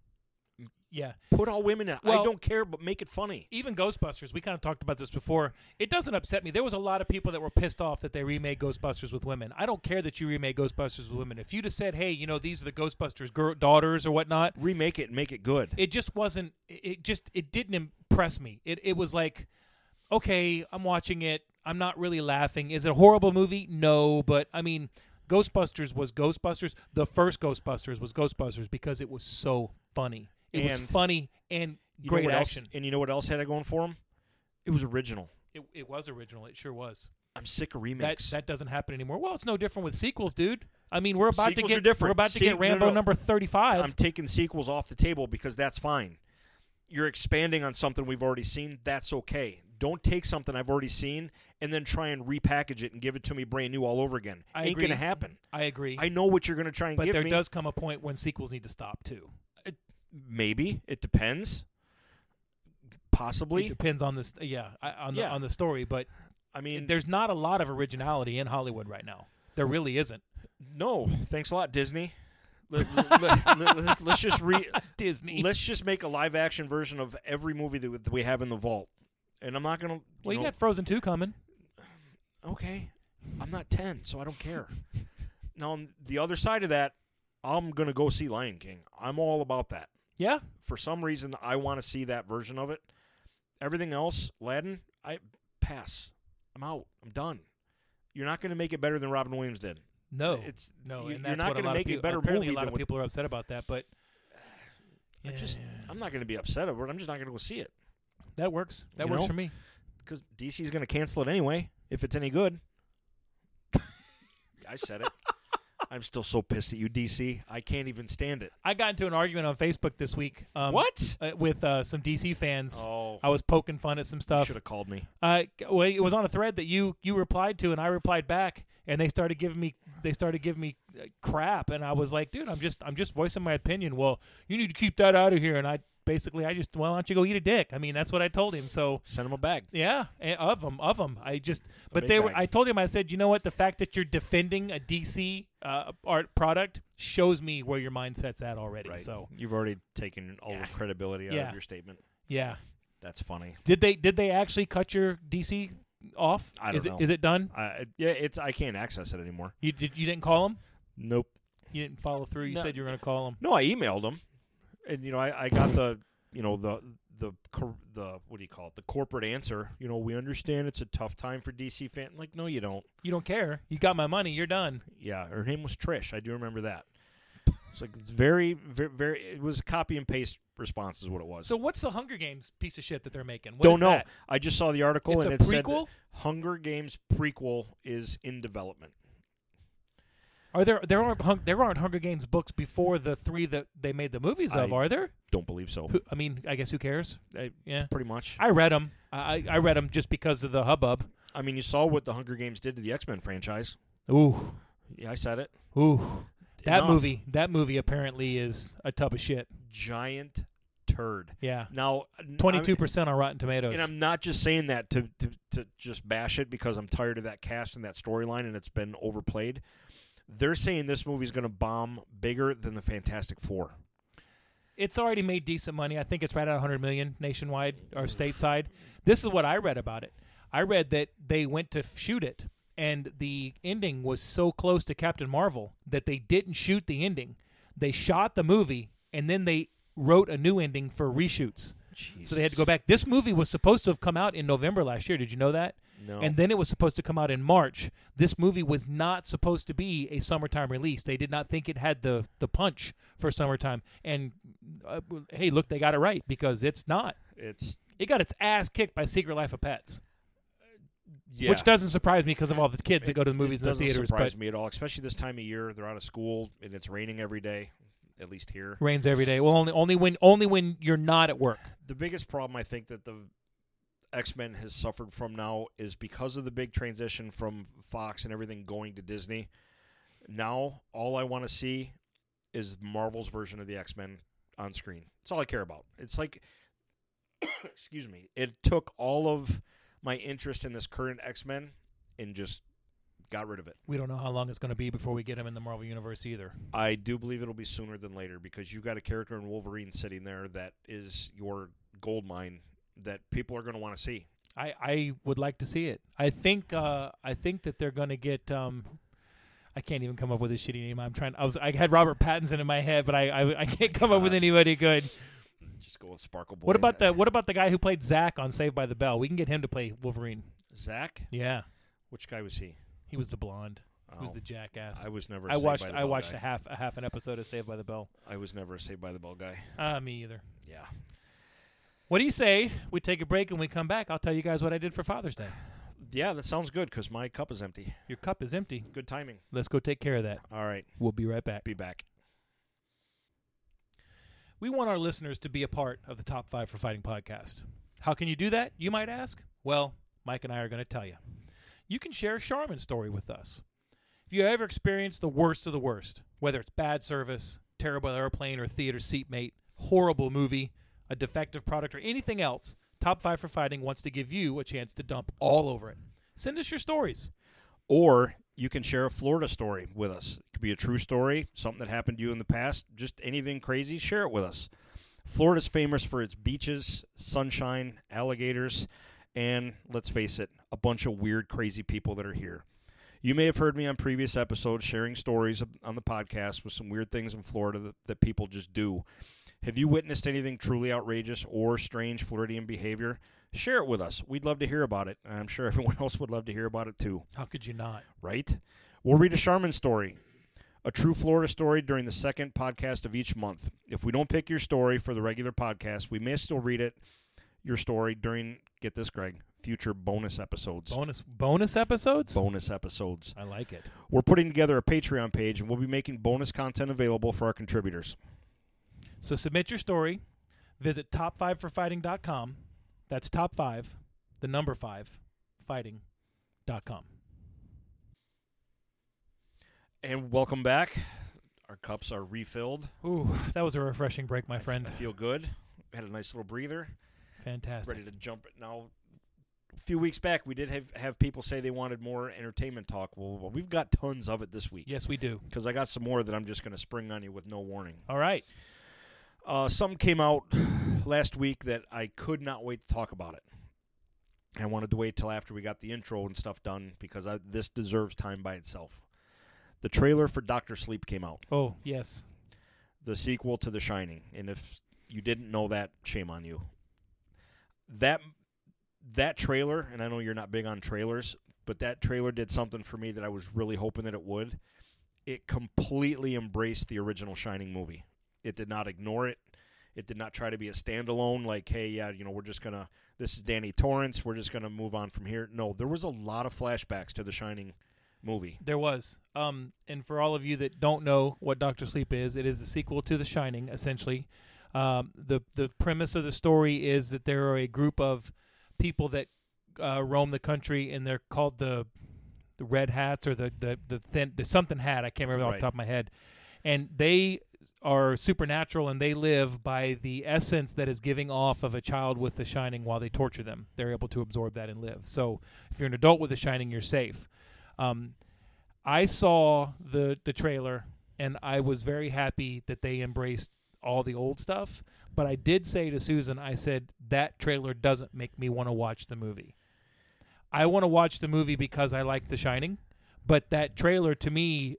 Speaker 8: Yeah.
Speaker 1: Put all women in. it. I
Speaker 8: Well-
Speaker 1: don't care, but make it funny.
Speaker 8: even Ghostbusters, we kind of talked about this before. It doesn't upset me. There was a lot of people that were pissed off that they remade Ghostbusters with women. I don't care that you remade Ghostbusters with women. If you just said, "Hey, you know, these are the Ghostbusters girl- daughters or whatnot,"
Speaker 1: Remake it and make it good.
Speaker 8: it just wasn't. It it just it didn't impress me. It it was like, okay, I'm watching it. I'm not really laughing. Is it a horrible movie? No, but I mean, Ghostbusters was Ghostbusters. The first Ghostbusters was Ghostbusters because it was so funny. It was
Speaker 1: And-
Speaker 8: funny and
Speaker 1: You know
Speaker 8: great
Speaker 1: what else-
Speaker 8: action.
Speaker 1: and you know what else had it going for them? It was original.
Speaker 8: It, it was original. It sure was.
Speaker 1: I'm sick of
Speaker 8: That
Speaker 1: remakes.
Speaker 8: that doesn't happen anymore. Well, it's no different with sequels, dude. I mean, we're about
Speaker 1: Sequels
Speaker 8: to
Speaker 1: are
Speaker 8: get
Speaker 1: different.
Speaker 8: we're about to
Speaker 1: Se-
Speaker 8: get
Speaker 1: no, no,
Speaker 8: Rambo
Speaker 1: no.
Speaker 8: number thirty
Speaker 1: I'm
Speaker 8: five.
Speaker 1: taking sequels off the table because that's fine. You're expanding on something we've already seen. That's okay. Don't take something I've already seen and then try and repackage it and give it to me brand new all over again.
Speaker 8: I
Speaker 1: Ain't
Speaker 8: agree.
Speaker 1: gonna happen.
Speaker 8: I agree,
Speaker 1: I know what you're gonna try and
Speaker 8: but
Speaker 1: give
Speaker 8: there
Speaker 1: me.
Speaker 8: does come a point when sequels need to stop too.
Speaker 1: Maybe it depends. Possibly.
Speaker 8: It depends on this, yeah, I- on the
Speaker 1: Yeah.
Speaker 8: on the story. But
Speaker 1: I mean,
Speaker 8: there's not a lot of originality in Hollywood right now. There really isn't.
Speaker 1: no. Thanks a lot, Disney. Let, let, let, let's, let's just re
Speaker 8: Disney.
Speaker 1: let's just make a live action version of every movie that we- that we have in the vault. And I'm not gonna. You
Speaker 8: well, you
Speaker 1: know,
Speaker 8: got Frozen two coming.
Speaker 1: okay, I'm not 10, so I don't care. now, on the other side of that, I'm going to go see Lion King. I'm all about that.
Speaker 8: Yeah,
Speaker 1: For some reason, I want to see that version of it. Everything else, Aladdin, I pass. I'm out. I'm done. You're not going to make it better than Robin Williams did.
Speaker 8: no,
Speaker 1: It's-
Speaker 8: no,
Speaker 1: you-
Speaker 8: and
Speaker 1: you're
Speaker 8: that's
Speaker 1: not
Speaker 8: what a
Speaker 1: gonna
Speaker 8: lot
Speaker 1: make
Speaker 8: of
Speaker 1: a
Speaker 8: people.
Speaker 1: better
Speaker 8: apparently,
Speaker 1: movie
Speaker 8: a lot
Speaker 1: than
Speaker 8: of
Speaker 1: what-
Speaker 8: people are upset about that, but
Speaker 1: I just,
Speaker 8: Yeah.
Speaker 1: I'm not going to be upset over it. I'm just not going to go see it
Speaker 8: that works. That
Speaker 1: You
Speaker 8: works
Speaker 1: know?
Speaker 8: for me.
Speaker 1: because DC is going to cancel it anyway if it's any good. I said it. I'm still so pissed at you, DC. I can't even stand it.
Speaker 8: I got into an argument on Facebook this week. Um,
Speaker 1: what?
Speaker 8: uh, with uh, some DC fans.
Speaker 1: Oh.
Speaker 8: I was poking fun at some stuff.
Speaker 1: Should have called me.
Speaker 8: Uh, well, it was on a thread that you you replied to, and I replied back, and they started giving me they started giving me uh, crap, and I was like, dude, I'm just I'm just voicing my opinion. Well, you need to keep that out of here, and I basically I just well, why don't you go eat a dick? I mean, that's what I told him. So.
Speaker 1: Send him a bag.
Speaker 8: Yeah, eh, of them, of them. I just, but
Speaker 1: big
Speaker 8: they were.
Speaker 1: bag.
Speaker 8: I told him, I said, you know what? The fact that you're defending a DC uh, art product shows me where your mindset's at already. So,
Speaker 1: you've already taken all the credibility out
Speaker 8: Yeah.
Speaker 1: of your statement.
Speaker 8: yeah,
Speaker 1: That's funny.
Speaker 8: Did they did they actually cut your DC off?
Speaker 1: I don't
Speaker 8: is
Speaker 1: know.
Speaker 8: it is it done?
Speaker 1: I yeah, it's I can't access it anymore.
Speaker 8: You did you didn't call them?
Speaker 1: Nope.
Speaker 8: You didn't follow through. You
Speaker 1: No.
Speaker 8: said you were going to call them.
Speaker 1: No, I emailed them, and you know I, I got the you know the the cor- the what do you call it the corporate answer you know we understand it's a tough time for dc fan like no you don't
Speaker 8: You don't care. You got my money. You're done.
Speaker 1: yeah her name was trish i do remember that it's like it's very very, very it was a copy and paste response is what it was
Speaker 8: So what's the Hunger Games piece of shit that they're making? What
Speaker 1: don't
Speaker 8: is
Speaker 1: know
Speaker 8: that?
Speaker 1: i just saw the article
Speaker 8: It's
Speaker 1: and
Speaker 8: a
Speaker 1: it said
Speaker 8: prequel?
Speaker 1: that hunger games prequel is in development
Speaker 8: Are there there aren't hung, there aren't Hunger Games books before the three that they made the movies of?
Speaker 1: I-
Speaker 8: are there?
Speaker 1: don't believe so
Speaker 8: Who, I mean, I guess who cares?
Speaker 1: I-
Speaker 8: Yeah,
Speaker 1: pretty much
Speaker 8: I read them. I I read them just because of the hubbub.
Speaker 1: i mean you saw what the hunger games did to the x-men franchise
Speaker 8: Ooh,
Speaker 1: yeah i said it
Speaker 8: ooh, that
Speaker 1: Enough.
Speaker 8: movie that movie apparently is a tub of shit.
Speaker 1: giant turd
Speaker 8: Yeah,
Speaker 1: now I'm-
Speaker 8: twenty two percent on Rotten Tomatoes.
Speaker 1: And I'm not just saying that to, to, to just bash it because I'm tired of that cast and that storyline and it's been overplayed. They're saying this movie's going to bomb bigger than the Fantastic Four.
Speaker 8: it's already made decent money. I think it's right at 100 million nationwide or stateside. This is what I read about it. I read that they went to shoot it, and the ending was so close to Captain Marvel that they didn't shoot the ending. They shot the movie, and then they wrote a new ending for reshoots. So they had to go back. This movie was supposed to have come out in November last year. Did you know that?
Speaker 1: No.
Speaker 8: And then it was supposed to come out in March. This movie was not supposed to be a summertime release. They did not think it had the the punch for summertime. And uh, well, hey, look, they got it right because it's not.
Speaker 1: It's
Speaker 8: It got its ass kicked by Secret Life of Pets,
Speaker 1: yeah,
Speaker 8: which doesn't surprise me because of all the kids that go to the
Speaker 1: it
Speaker 8: movies and the
Speaker 1: doesn't
Speaker 8: theaters.
Speaker 1: surprise
Speaker 8: But
Speaker 1: me at all, especially this time of year. They're out of school and it's raining every day, at least here.
Speaker 8: rains every day. Well, only only when only when you're not at work.
Speaker 1: The biggest problem I think that the X Men has suffered from now is because of the big transition from Fox and everything going to Disney. Now all I want to see is Marvel's version of the X Men on screen. That's all I care about. It's like, excuse me, it took all of my interest in this current X Men and just got rid of it.
Speaker 8: We don't know how long it's going to be before we get him in the Marvel universe either.
Speaker 1: I do believe it'll be sooner than later because you've got a character in Wolverine sitting there that is your gold mine that people are going to want to see.
Speaker 8: I, I would like to see it. I think uh, I think that they're going to get. Um, I can't even come up with a shitty name. I'm trying. I was I had Robert Pattinson in my head, but I I, I can't come up with anybody good.
Speaker 1: Just go with Sparkle Boy.
Speaker 8: What about the What about the guy who played Zach on Saved by the Bell? We can get him to play Wolverine.
Speaker 1: Zach?
Speaker 8: Yeah,
Speaker 1: Which guy was he?
Speaker 8: he was the blonde. He was
Speaker 1: Oh.
Speaker 8: the jackass.
Speaker 1: I was never. a
Speaker 8: I
Speaker 1: Saved
Speaker 8: watched.
Speaker 1: By the
Speaker 8: I
Speaker 1: Bell
Speaker 8: watched
Speaker 1: guy.
Speaker 8: a half a half an episode of Saved by the Bell.
Speaker 1: I was never a Saved by the Bell guy.
Speaker 8: Uh, me either.
Speaker 1: Yeah.
Speaker 8: What do you say? We take a break and we come back. I'll tell you guys what I did for Father's Day.
Speaker 1: Yeah, that sounds good because my cup is empty.
Speaker 8: Your cup is empty.
Speaker 1: Good timing.
Speaker 8: Let's go take care of that.
Speaker 1: All right,
Speaker 8: We'll be right back.
Speaker 1: be back.
Speaker 8: We want our listeners to be a part of the Top 5 for Fighting podcast. How can you do that, you might ask? Well, Mike and I are going to tell you. You can share Charmin's story with us. If you ever experienced the worst of the worst, whether it's bad service, terrible airplane or theater seatmate, horrible movie, a defective product, or anything else, Top 5 for Fighting wants to give you a chance to dump all over it. Send us your stories.
Speaker 1: Or you can share a Florida story with us. It could be a true story, something that happened to you in the past, just anything crazy. Share it with us. Florida's famous for its beaches, sunshine, alligators, and let's face it, a bunch of weird, crazy people that are here. You may have heard me on previous episodes sharing stories of- on the podcast with some weird things in Florida that, that people just do. Have you witnessed anything truly outrageous or strange Floridian behavior? Share it with us. We'd love to hear about it. I'm sure everyone else would love to hear about it too
Speaker 8: How could you not?
Speaker 1: right? We'll read a Charmin story, a true Florida story during the second podcast of each month. If we don't pick your story for the regular podcast, we may still read it, your story during, get this, Greg, future bonus episodes.
Speaker 8: Bonus bonus episodes?
Speaker 1: Bonus episodes.
Speaker 8: I like it.
Speaker 1: We're putting together a Patreon page and we'll be making bonus content available for our contributors.
Speaker 8: So submit your story. Visit top5forfighting.com. That's top five, the number five, fighting.com.
Speaker 1: And welcome back. Our cups are refilled.
Speaker 8: Ooh, that was a refreshing break, my friend.
Speaker 1: I feel good. Had a nice little breather.
Speaker 8: Fantastic.
Speaker 1: ready to jump it now. A few weeks back, we did have, have people say they wanted more entertainment talk. Well, well, we've got tons of it this week
Speaker 8: Yes, we do.
Speaker 1: because I got some more that I'm just going to spring on you with no warning.
Speaker 8: All right.
Speaker 1: Uh, some came out last week that I could not wait to talk about it. I wanted to wait till after we got the intro and stuff done because I, this deserves time by itself. The trailer for Doctor Sleep came out,
Speaker 8: Oh, yes.
Speaker 1: the sequel to The Shining, and if you didn't know that, shame on you. That that trailer, and I know you're not big on trailers, but that trailer did something for me that I was really hoping that it would. It completely embraced the original Shining movie. It did not ignore it. It did not try to be a standalone, like, hey, yeah, you know, we're just gonna this is Danny Torrance, we're just gonna move on from here. No, there was a lot of flashbacks to the Shining movie.
Speaker 8: There was. Um, and for all of you that don't know what Doctor Sleep is, it is the sequel to The Shining, essentially. Um, the the premise of the story is that there are a group of people that uh, roam the country, and they're called the the Red Hats or the the the, thin, the something hat. I can't remember off
Speaker 1: Right.
Speaker 8: the top of my head. And they are supernatural, and they live by the essence that is giving off of a child with the Shining. While they torture them, they're able to absorb that and live. So, if you're an adult with the Shining, you're safe. Um, I saw the the trailer and I was very happy that they embraced all the old stuff. But I did say to Susan, I said that trailer doesn't make me want to watch the movie. I want to watch the movie because I like The Shining, but that trailer to me,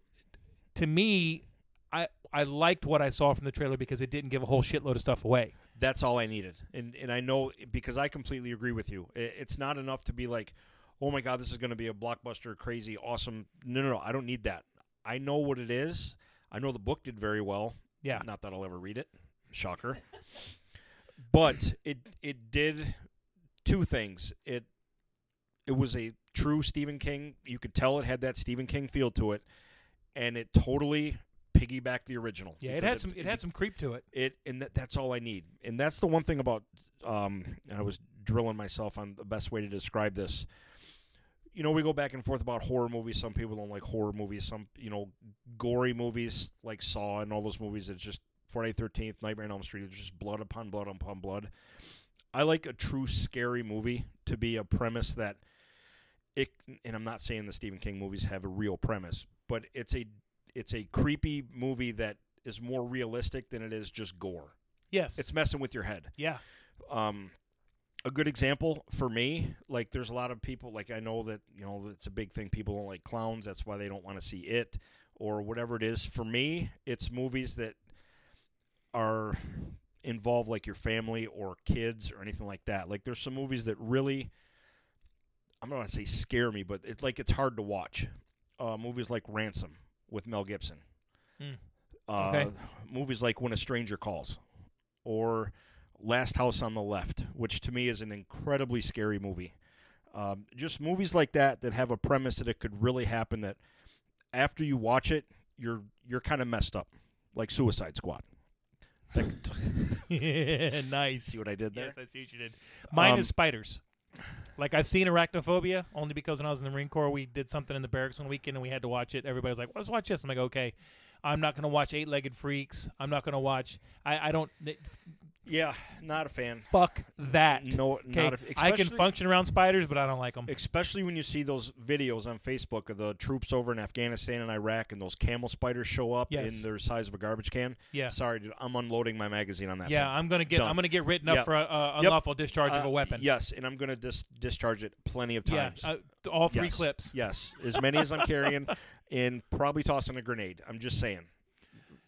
Speaker 8: to me, I I liked what I saw from the trailer because it didn't give a whole shitload of stuff away.
Speaker 1: That's all I needed, and and I know because I completely agree with you. I- It's not enough to be like, oh my god, this is going to be a blockbuster, crazy, awesome. No, no, no, I don't need that. I know what it is. I know the book did very well.
Speaker 8: Yeah.
Speaker 1: not that I'll ever read it. Shocker. but it it did two things. It it was a true Stephen King. You could tell it had that Stephen King feel to it, and it totally piggybacked the original.
Speaker 8: Yeah, it
Speaker 1: because
Speaker 8: had some it had some creep to it.
Speaker 1: it and that, that's all I need. And that's the one thing about um and I was drilling myself on the best way to describe this. You know, we go back and forth about horror movies. Some people don't like horror movies. Some, you know, gory movies like Saw and all those movies. It's just Friday Thirteenth, Nightmare on Elm Street. It's just blood upon blood upon blood. I like a true scary movie to be a premise that it. And I'm not saying the Stephen King movies have a real premise, but it's a it's a creepy movie that is more realistic than it is just gore.
Speaker 8: Yes.
Speaker 1: It's messing with your head.
Speaker 8: yeah.
Speaker 1: Um, a good example for me, like there's a lot of people, like I know that you know it's a big thing. People don't like clowns, that's why they don't want to see it or whatever it is. For me, it's movies that are involve like your family or kids or anything like that. Like there's some movies that really, I'm not gonna say scare me, but it's like it's hard to watch. Uh, movies like Ransom with Mel Gibson.
Speaker 8: Hmm.
Speaker 1: Uh,
Speaker 8: Okay.
Speaker 1: Movies like When a Stranger Calls, or Last House on the Left, which to me is an incredibly scary movie. Um, just movies like that that have a premise that it could really happen. That after you watch it, you're you're kind of messed up, like Suicide Squad. Like,
Speaker 8: nice.
Speaker 1: see what I did there?
Speaker 8: Yes, I see what you did. Mine
Speaker 1: Um,
Speaker 8: is spiders. Like I've seen arachnophobia only because when I was in the Marine Corps, we did something in the barracks one weekend and we had to watch it. Everybody was like, "Let's watch this." I'm like, "Okay, I'm not going to watch eight-legged freaks. I'm not going to watch. I, I don't. th-
Speaker 1: Yeah, not a fan.
Speaker 8: Fuck that.
Speaker 1: No, not
Speaker 8: 'Kay?
Speaker 1: if-
Speaker 8: I can
Speaker 1: especially-
Speaker 8: function around spiders, but I don't like them.
Speaker 1: Especially when you see those videos on Facebook of the troops over in Afghanistan and Iraq, and those camel spiders show up
Speaker 8: Yes.
Speaker 1: in their size of a garbage can.
Speaker 8: Yeah.
Speaker 1: Sorry, dude, I'm unloading my magazine on that.
Speaker 8: Yeah,
Speaker 1: thing.
Speaker 8: I'm gonna get.
Speaker 1: Done.
Speaker 8: I'm gonna get written up
Speaker 1: Yeah.
Speaker 8: for a, a
Speaker 1: Yep.
Speaker 8: unlawful discharge of
Speaker 1: Uh,
Speaker 8: a weapon.
Speaker 1: Yes, and I'm going to dis- discharge it plenty of
Speaker 8: yeah.
Speaker 1: times.
Speaker 8: Uh, all three
Speaker 1: Yes,
Speaker 8: clips.
Speaker 1: Yes, as many as I'm carrying, and probably tossing a grenade. I'm just saying.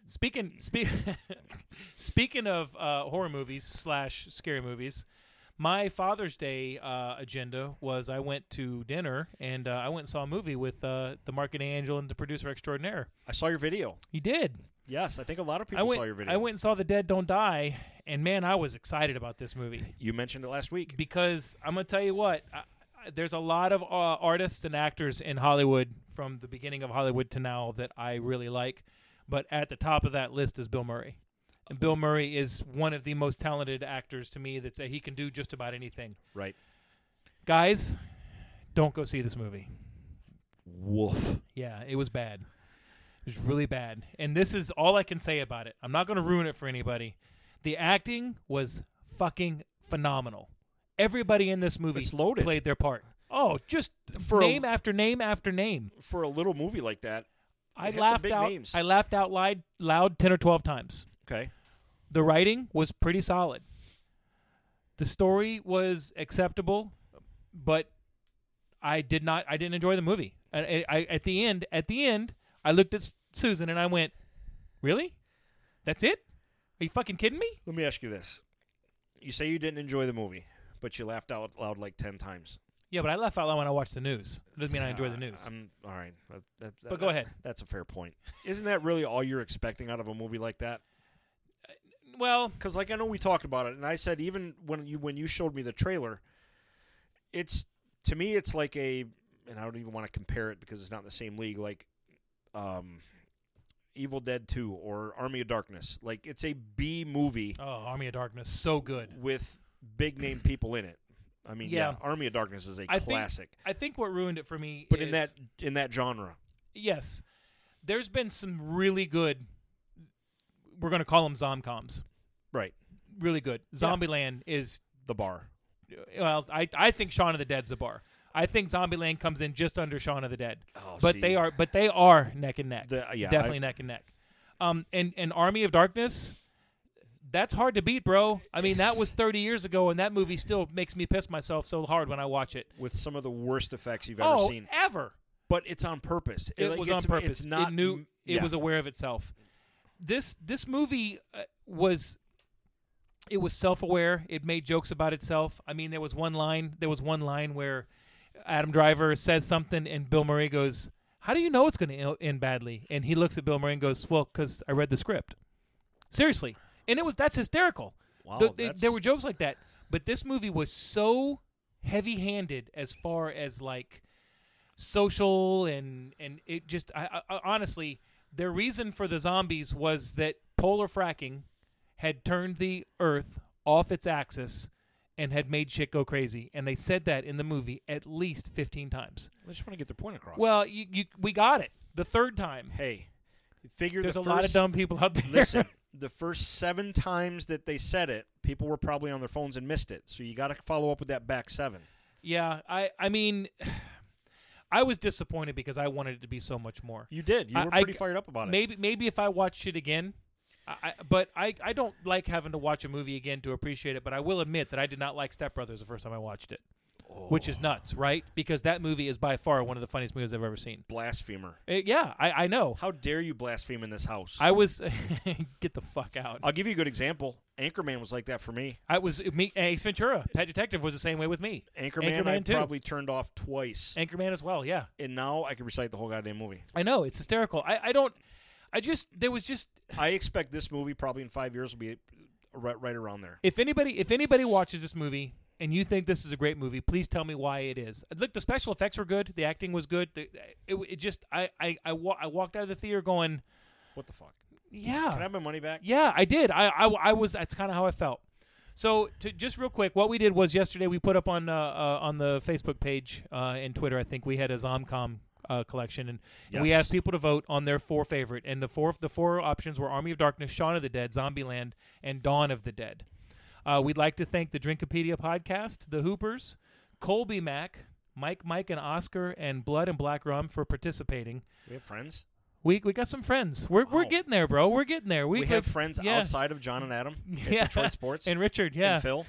Speaker 8: Speaking spe- speaking of uh, horror movies slash scary movies, my Father's Day uh, agenda was I went to dinner and uh, I went and saw a movie with uh, the marketing angel and the producer extraordinaire.
Speaker 1: I saw your video.
Speaker 8: You did.
Speaker 1: Yes, I think a lot of people
Speaker 8: I went.
Speaker 1: saw your video.
Speaker 8: I went and saw The Dead Don't Die, and man, I was excited about this movie
Speaker 1: You mentioned it last week.
Speaker 8: because I'm gonna tell you what. I, I- there's a lot of uh, artists and actors in Hollywood from the beginning of Hollywood to now that I really like, but at the top of that list is Bill Murray. And Bill Murray is one of the most talented actors to me. That say he can do just about anything.
Speaker 1: right.
Speaker 8: Guys, don't go see this movie.
Speaker 1: Wolf.
Speaker 8: Yeah, it was bad. It was really bad. And this is all I can say about it. I'm not going to ruin it for anybody. The acting was fucking phenomenal. Everybody in this movie
Speaker 1: It's loaded.
Speaker 8: played their part. Oh, just
Speaker 1: For a-
Speaker 8: name after name after name.
Speaker 1: For a little movie like that.
Speaker 8: I
Speaker 1: had some
Speaker 8: laughed
Speaker 1: big
Speaker 8: out.
Speaker 1: names.
Speaker 8: I laughed out loud, loud ten or twelve times.
Speaker 1: Okay.
Speaker 8: The writing was pretty solid. The story was acceptable, but I did not. I didn't enjoy the movie. And I, I, at the end, at the end, I looked at S- Susan and I went, "Really? That's it? Are you fucking kidding me?
Speaker 1: Let me ask you this: You say you didn't enjoy the movie, but you laughed out loud like ten times.
Speaker 8: Yeah, but I laugh out loud when I watch the news. It doesn't mean I enjoy the news.
Speaker 1: Uh, I'm all right. That- that- that-
Speaker 8: But go ahead.
Speaker 1: That's a fair point. Isn't that really all you're expecting out of a movie like that?
Speaker 8: well,
Speaker 1: Because like I know we talked about it, and I said even when you when you showed me the trailer, it's to me it's like a, and I don't even want to compare it because it's not in the same league. Like, um, Evil Dead Two or Army of Darkness. Like it's a B movie
Speaker 8: oh, Army of Darkness, so good.
Speaker 1: with big name people in it. I mean, yeah,
Speaker 8: Yeah.
Speaker 1: Army of Darkness is a
Speaker 8: I
Speaker 1: classic,
Speaker 8: Think, I think what ruined it for me.
Speaker 1: but in
Speaker 8: is-
Speaker 1: that in that genre,
Speaker 8: yes, there's been some really good. We're gonna call them zomcoms.
Speaker 1: right?
Speaker 8: Really good. Zombieland is.
Speaker 1: The bar.
Speaker 8: Well, I I think Shaun of the Dead's the bar. I think Zombieland comes in just under Shaun of the Dead.
Speaker 1: Oh,
Speaker 8: but
Speaker 1: see.
Speaker 8: they are but they are neck and neck.
Speaker 1: The- yeah,
Speaker 8: Definitely
Speaker 1: I-
Speaker 8: neck and neck. Um, and and Army of Darkness. That's hard to beat, bro. I mean, that was 30 years ago, and that movie still makes me piss myself so hard when I watch it.
Speaker 1: with some of the worst effects you've ever
Speaker 8: oh,
Speaker 1: seen.
Speaker 8: ever.
Speaker 1: But it's on purpose.
Speaker 8: it
Speaker 1: like,
Speaker 8: was on
Speaker 1: it's-
Speaker 8: purpose.
Speaker 1: It's not
Speaker 8: it knew
Speaker 1: m-
Speaker 8: it
Speaker 1: yeah.
Speaker 8: was aware of itself. This this movie uh, was it was self-aware. It made jokes about itself. I mean, there was one line. There was one line where Adam Driver says something, and Bill Murray goes, "How do you know it's going to end badly?" And he looks at Bill Murray and goes, "Well, because I read the script." Seriously, and it was that's hysterical.
Speaker 1: Wow,
Speaker 8: Th- th-
Speaker 1: that's-
Speaker 8: there were jokes like that, but this movie was so heavy-handed as far as like social and and it just I, I, I- honestly their reason for the zombies was that polar fracking had turned the earth off its axis and had made shit go crazy and they said that in the movie at least 15 times
Speaker 1: I just want to get the point across.
Speaker 8: well you, you we got it the third time
Speaker 1: hey, figure
Speaker 8: there's
Speaker 1: the
Speaker 8: a lot of
Speaker 1: first-
Speaker 8: dumb people out there
Speaker 1: Listen, the first seven times that they said it, people were probably on their phones and missed it. So you got to follow up with that back seven.
Speaker 8: yeah i i mean i was disappointed because i wanted it to be so much more
Speaker 1: You did. You
Speaker 8: I-
Speaker 1: were
Speaker 8: I
Speaker 1: pretty
Speaker 8: g-
Speaker 1: fired up about it.
Speaker 8: maybe maybe if I watched it again, I, I, but I I don't like having to watch a movie again to appreciate it. But I will admit that I did not like Step Brothers the first time I watched it, which is nuts, right? Because that movie is by far one of the funniest movies I've ever seen.
Speaker 1: Blasphemer.
Speaker 8: Uh, yeah, I I know.
Speaker 1: How dare you blaspheme in this house?
Speaker 8: I was get the fuck out.
Speaker 1: I'll give you a good example. Anchorman was like that for me.
Speaker 8: I was me Ace Ventura, Pet Detective was the same way with me.
Speaker 1: Anchorman, I
Speaker 8: Anchorman too.
Speaker 1: probably turned off twice,
Speaker 8: Anchorman as well. Yeah,
Speaker 1: and now I can recite the whole goddamn movie.
Speaker 8: I know it's hysterical. I I don't. I just there was just
Speaker 1: I expect this movie probably in five years will be uh, right, right around there.
Speaker 8: If anybody if anybody watches this movie and you think this is a great movie, please tell me why it is. Look, the special effects were good, the acting was good. The, it, it just I I I, wa- I walked out of the theater going,
Speaker 1: What the fuck?
Speaker 8: yeah,
Speaker 1: Can I have my money back?
Speaker 8: yeah, I did. I I, I was that's kind of how I felt. So to just real quick, what we did was yesterday we put up on uh, uh, on the Facebook page uh, and Twitter. I think we had a Zomcom. Uh, collection and, and we
Speaker 1: Yes.
Speaker 8: asked people to vote on their four favorite and the four the four options were Army of Darkness, Shaun of the Dead, Zombieland, and Dawn of the Dead. Uh, we'd like to thank the Drinkopedia podcast, the Hoopers, Colby Mack, Mike, Mike, and Oscar, and Blood and Black Rum for participating.
Speaker 1: We have friends.
Speaker 8: We we got some friends. We're we're
Speaker 1: Wow.
Speaker 8: getting there, bro. We're getting there.
Speaker 1: Oh. We,
Speaker 8: We,
Speaker 1: have
Speaker 8: we've-
Speaker 1: friends
Speaker 8: yeah.
Speaker 1: outside of John and Adam at
Speaker 8: Yeah.
Speaker 1: Detroit Sports
Speaker 8: and Richard, yeah,
Speaker 1: and Phil.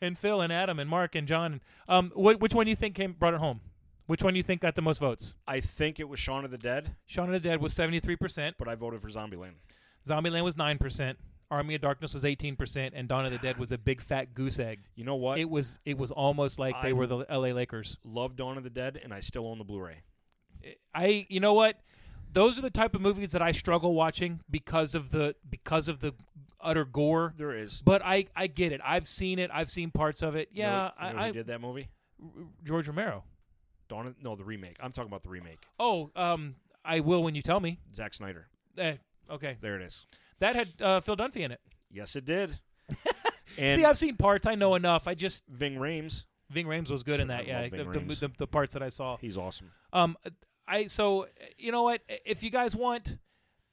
Speaker 8: and Phil and Adam and Mark and John. Um, wh- which one do you think came brought it home? Which one do you think got the most votes?
Speaker 1: I think it was Shaun of the Dead,
Speaker 8: Shaun of the Dead was seventy three percent.
Speaker 1: but I voted for Zombieland.
Speaker 8: Zombieland was nine percent. Army of Darkness was eighteen percent, and Dawn of the Dead was a big fat goose egg.
Speaker 1: You know what?
Speaker 8: It was it was almost like they
Speaker 1: I'm-
Speaker 8: were the L.A. Lakers.
Speaker 1: Love Dawn of the Dead, and I still own the Blu-ray.
Speaker 8: I you know what? Those are the type of movies that I struggle watching because of the because of the utter gore.
Speaker 1: There is.
Speaker 8: But I I get it. I've seen it. I've seen parts of it.
Speaker 1: You know-
Speaker 8: Yeah,
Speaker 1: you know who
Speaker 8: I, I
Speaker 1: did that movie.
Speaker 8: George Romero.
Speaker 1: Dawn. Of, no, the remake. I'm talking about the remake.
Speaker 8: Oh, um, I will when you tell me.
Speaker 1: Zack Snyder.
Speaker 8: Eh, okay,
Speaker 1: There it is.
Speaker 8: that had uh, Phil Dunphy in it.
Speaker 1: Yes, it did. and
Speaker 8: See, I've seen parts. I know enough. I just
Speaker 1: Ving Rhames.
Speaker 8: Ving Rhames was good in
Speaker 1: I
Speaker 8: that. Yeah,
Speaker 1: love
Speaker 8: the,
Speaker 1: Ving
Speaker 8: the,
Speaker 1: Rhames.
Speaker 8: the, the parts that I saw.
Speaker 1: He's awesome.
Speaker 8: Um, I so you know what? If you guys want,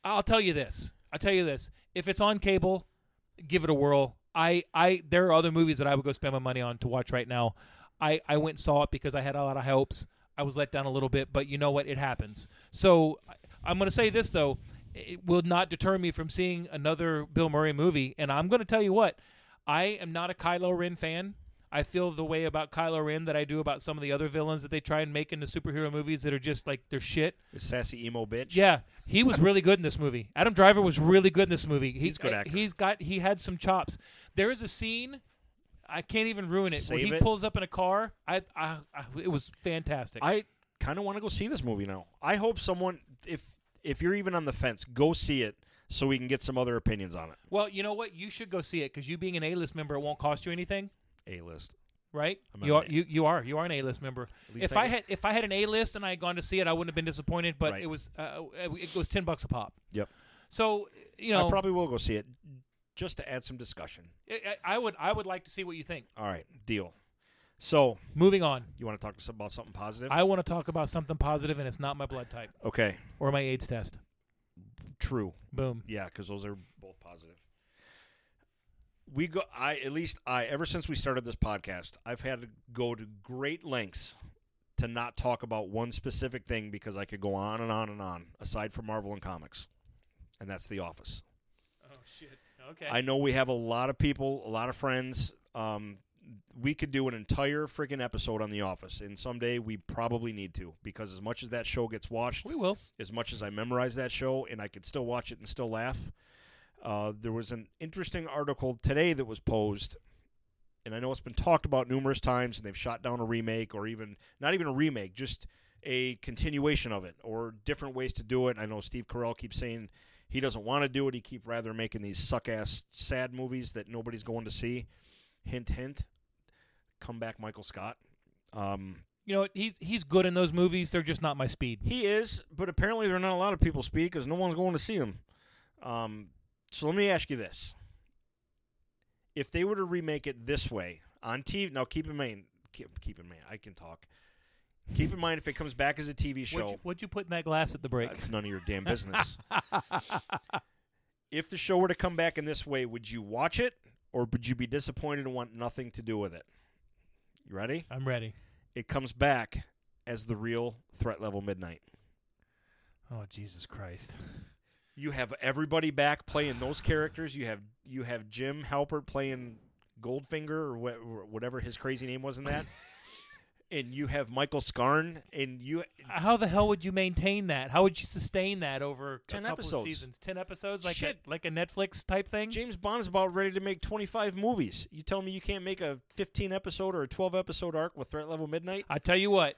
Speaker 8: I'll tell you this. I'll tell you this. If it's on cable, give it a whirl. I I there are other movies that I would go spend my money on to watch right now. I I went and saw it because I had a lot of high hopes. I was let down a little bit, but you know what? It happens. So I- I'm going to say this though. It will not deter me from seeing another Bill Murray movie, and I'm going to tell you what. I am not a Kylo Ren fan. I feel the way about Kylo Ren that I do about some of the other villains that they try and make into superhero movies that are just like they're shit.
Speaker 1: The sassy emo bitch.
Speaker 8: Yeah, he was really good in this movie. Adam Driver was really good in this movie. He, eh,
Speaker 1: He's a good actor.
Speaker 8: He's got he had some chops. There is a scene. I can't even ruin it. where
Speaker 1: Save
Speaker 8: he
Speaker 1: it.
Speaker 8: pulls up in a car. I, I, I it was fantastic.
Speaker 1: I kind of want to go see this movie now. I hope someone, if if you're even on the fence, go see it so we can get some other opinions on it.
Speaker 8: well, you know what? You should go see it because you being an A-list member, it won't cost you anything,
Speaker 1: A list.
Speaker 8: right?
Speaker 1: I'm
Speaker 8: You
Speaker 1: an
Speaker 8: are
Speaker 1: A.
Speaker 8: you, you are you are an A-list member.
Speaker 1: least
Speaker 8: If
Speaker 1: I
Speaker 8: I,
Speaker 1: am.
Speaker 8: had if I had an A-list and I had gone to see it, I wouldn't have been disappointed. But
Speaker 1: Right.
Speaker 8: it was uh, it was ten bucks a pop.
Speaker 1: Yep.
Speaker 8: So you know,
Speaker 1: I probably will go see it just to add some discussion.
Speaker 8: I- I would I would like to see what you think.
Speaker 1: All right, deal. So
Speaker 8: Moving on.
Speaker 1: you want to talk to us about something positive?
Speaker 8: I want to talk about something positive, and it's not my blood type
Speaker 1: okay,
Speaker 8: or my AIDS test.
Speaker 1: true.
Speaker 8: Boom.
Speaker 1: Yeah, because those are both positive. We go. I at least I. Ever since we started this podcast, I've had to go to great lengths to not talk about one specific thing because I could go on and on and on. Aside from Marvel and comics, and that's The Office.
Speaker 8: Oh shit. Okay.
Speaker 1: I know we have a lot of people, a lot of friends. Um, we could do an entire freaking episode on The Office, and someday we probably need to because as much as that show gets watched,
Speaker 8: we will.
Speaker 1: as much as I memorize that show and I could still watch it and still laugh. Uh, there was an interesting article today that was posed, and I know it's been talked about numerous times, and they've shot down a remake or even not even a remake, just a continuation of it or different ways to do it. I know Steve Carell keeps saying he doesn't want to do it. He keep rather making these suck ass sad movies that nobody's going to see. Hint, hint. Come back, Michael Scott. Um,
Speaker 8: You know what? he's he's good in those movies. They're just not my speed.
Speaker 1: he is, but apparently there are not a lot of people speak because no one's going to see him. Um, so let me ask you this: If they were to remake it this way on TV, now keep in mind, keep, keep in mind, I can talk. Keep in mind if it comes back as a TV show,
Speaker 8: What'd you, what'd you put in that glass at the break?
Speaker 1: uh, it's none of your damn business. if the show were to come back in this way, would you watch it or would you be disappointed and want nothing to do with it? You ready?
Speaker 8: I'm ready.
Speaker 1: It comes back as the real threat level midnight.
Speaker 8: Oh Jesus Christ.
Speaker 1: you have everybody back playing those characters. You have you have Jim Halpert playing Goldfinger or wha- or whatever his crazy name was in that, and you have Michael Scarn, and you
Speaker 8: How the hell would you maintain that? How would you sustain that over
Speaker 1: 10
Speaker 8: a couple
Speaker 1: episodes.
Speaker 8: of seasons? Ten episodes, like
Speaker 1: Shit.
Speaker 8: a, like a Netflix type thing.
Speaker 1: James Bond's about ready to make twenty five movies. You tell me you can't make a fifteen episode or a twelve episode arc with Threat Level Midnight?
Speaker 8: I tell you what,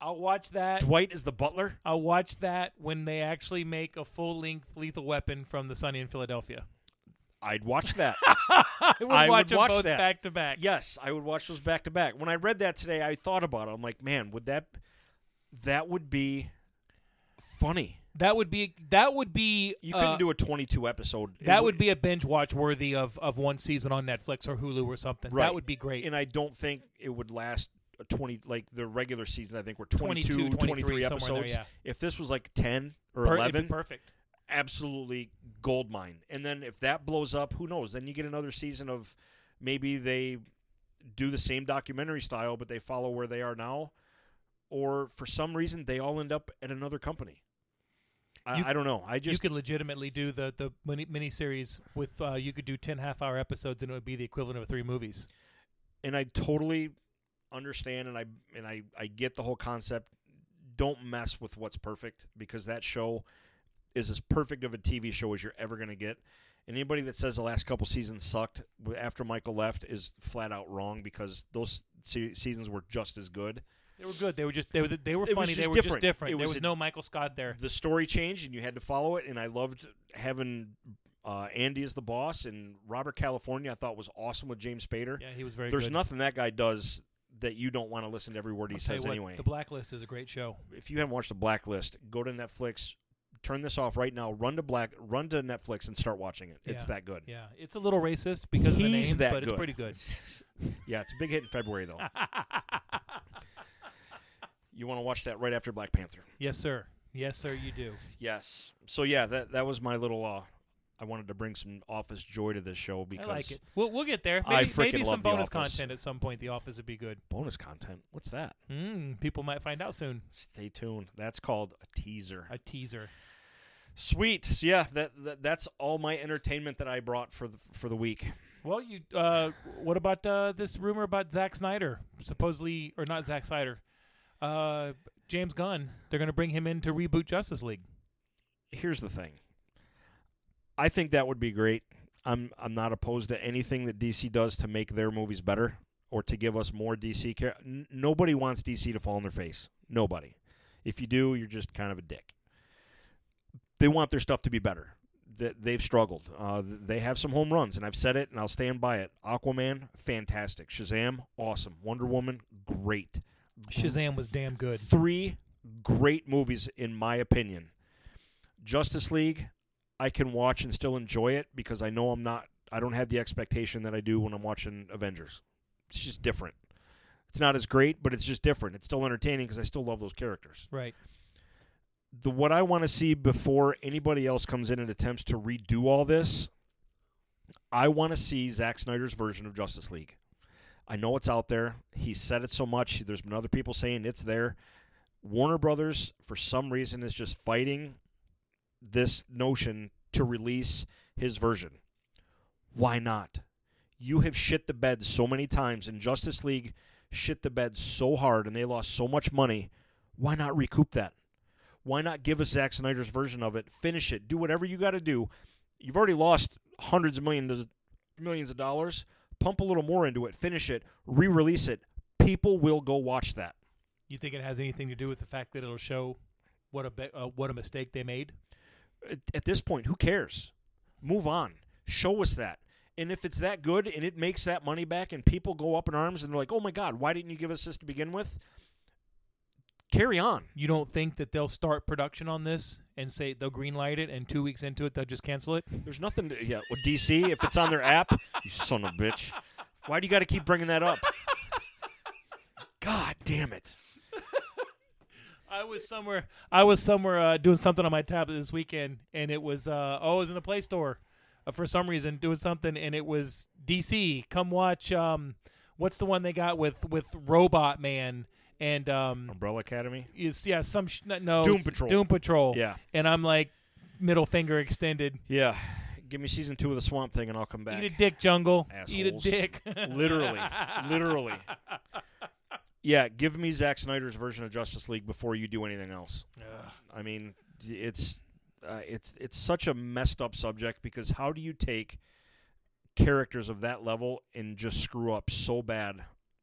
Speaker 8: I'll watch that.
Speaker 1: Dwight is the butler.
Speaker 8: I'll watch that when they actually make a full length Lethal Weapon from the Sunny in Philadelphia.
Speaker 1: I'd watch that.
Speaker 8: I would
Speaker 1: I would
Speaker 8: watch them
Speaker 1: watch
Speaker 8: both
Speaker 1: that.
Speaker 8: back to back.
Speaker 1: yes, I would watch those back to back. When I read that today, I thought about it. I'm like, man, would that that would be funny?
Speaker 8: That would be that would be
Speaker 1: You
Speaker 8: uh,
Speaker 1: couldn't do a 22 episode. It
Speaker 8: that would be a binge watch worthy of, of one season on Netflix or Hulu or something.
Speaker 1: Right.
Speaker 8: That would be great.
Speaker 1: and I don't think it would last a 20 like the regular season I think were 22,
Speaker 8: 22,
Speaker 1: 23
Speaker 8: 23, somewhere in there,
Speaker 1: episodes.
Speaker 8: yeah.
Speaker 1: If this was like 10 or
Speaker 8: Per- it'd be
Speaker 1: 11,
Speaker 8: perfect.
Speaker 1: absolutely gold mine. And then if that blows up, who knows? Then you get another season of maybe they do the same documentary style but they follow where they are now or for some reason they all end up at another company. I,
Speaker 8: You-
Speaker 1: I don't know. I
Speaker 8: You
Speaker 1: just
Speaker 8: could legitimately do the the mini miniseries with uh, you could do 10 half hour episodes and it would be the equivalent of three movies.
Speaker 1: and I totally understand and I and I I get the whole concept. Don't mess with what's perfect because that show is as perfect of a TV show as you're ever going to get. And anybody that says the last couple seasons sucked w- after Michael left is flat out wrong because those se- seasons were just as good.
Speaker 8: They were good. They were just they were they were
Speaker 1: It was
Speaker 8: funny. They
Speaker 1: just
Speaker 8: were
Speaker 1: different.
Speaker 8: just different.
Speaker 1: It
Speaker 8: there
Speaker 1: was
Speaker 8: was
Speaker 1: a-
Speaker 8: no Michael Scott there.
Speaker 1: The story changed and you had to follow it. And I loved having uh, Andy as the boss and Robert California. I thought was awesome with James Spader.
Speaker 8: Yeah, he was very
Speaker 1: There's
Speaker 8: good.
Speaker 1: nothing that guy does that you don't want to listen to every word he
Speaker 8: I'll tell you
Speaker 1: says
Speaker 8: what,
Speaker 1: anyway.
Speaker 8: The Blacklist is a great show.
Speaker 1: if you haven't watched The Blacklist, go to Netflix, turn this off right now, run to Black, run to Netflix, and start watching it. It's
Speaker 8: Yeah.
Speaker 1: that good.
Speaker 8: Yeah, it's a little racist because of the
Speaker 1: He's
Speaker 8: name,
Speaker 1: that
Speaker 8: but
Speaker 1: good.
Speaker 8: it's pretty good.
Speaker 1: Yeah, it's a big hit in February though. you want to watch that right after Black Panther.
Speaker 8: Yes, sir. Yes, sir. You do.
Speaker 1: Yes. So yeah, that that was my little. Uh, I wanted to bring some office joy to this show because
Speaker 8: I like it. We'll, we'll get there.
Speaker 1: I
Speaker 8: Maybe, maybe
Speaker 1: frickin'
Speaker 8: some
Speaker 1: love The
Speaker 8: bonus
Speaker 1: Office.
Speaker 8: content at some point. The Office would be good.
Speaker 1: bonus content. What's that?
Speaker 8: Mm, people might find out soon.
Speaker 1: Stay tuned. That's called a teaser.
Speaker 8: A teaser.
Speaker 1: Sweet. So yeah, that, that that's all my entertainment that I brought for the, for the week.
Speaker 8: Well, you. Uh, what about uh, this rumor about Zack Snyder? Supposedly, or not Zack Snyder, uh, James Gunn. They're going to bring him in to reboot Justice League.
Speaker 1: here's the thing. I think that would be great. I'm I'm not opposed to anything that DC does to make their movies better or to give us more DC care. N- nobody wants DC to fall on their face. Nobody. If you do, you're just kind of a dick. They want their stuff to be better. Th- They've struggled. Uh, th- they have some home runs, and I've said it, and I'll stand by it. Aquaman, fantastic. Shazam, awesome. Wonder Woman, great.
Speaker 8: Shazam was damn good.
Speaker 1: Three great movies, in my opinion. Justice League, I can watch and still enjoy it because I know I'm not. I don't have the expectation that I do when I'm watching Avengers. It's just different. It's not as great, but it's just different. It's still entertaining because I still love those characters
Speaker 8: Right.
Speaker 1: the what I want to see before anybody else comes in and attempts to redo all this, I want to see Zack Snyder's version of Justice League. I know it's out there. He said it so much. There's been other people saying it's there. Warner Brothers, for some reason, is just fighting this notion to release his version. Why not? You have shit the bed so many times, and Justice League shit the bed so hard, and they lost so much money. Why not recoup that? Why not give us Zack Snyder's version of it? Finish it. Do whatever you got to do. You've already lost hundreds of millions millions of dollars. Pump a little more into it. Finish it. Re-release it. People will go watch that.
Speaker 8: You think it has anything to do with the fact that it'll show what a be- uh, what a mistake they made?
Speaker 1: At, at this point, who cares? Move on. Show us that. And if it's that good and it makes that money back and people go up in arms and they're like, "Oh my god, why didn't you give us this to begin with?" Carry on.
Speaker 8: You don't think that they'll start production on this and say they'll greenlight it, and two weeks into it they'll just cancel it?
Speaker 1: There's nothing to yeah. Well, DC, if it's on their app, you son of a bitch. Why do you got to keep bringing that up? God damn it!
Speaker 8: I was somewhere. I was somewhere uh, doing something on my tablet this weekend, and it was uh, oh, it was in the Play Store uh, for some reason doing something, and it was DC. Come watch. Um, what's the one they got with with Robot Man and um,
Speaker 1: Umbrella Academy.
Speaker 8: is yeah some sh- no
Speaker 1: Doom
Speaker 8: it's
Speaker 1: Patrol.
Speaker 8: Doom Patrol.
Speaker 1: Yeah.
Speaker 8: and I'm like middle finger extended.
Speaker 1: Yeah, give me season two of the Swamp Thing, and I'll come back.
Speaker 8: Eat a dick, Jungle. Eat a
Speaker 1: Assholes.
Speaker 8: dick.
Speaker 1: literally, literally. Yeah, give me Zack Snyder's version of Justice League before you do anything else. I mean, it's uh, it's it's such a messed up subject because how do you take characters of that level and just screw up so bad?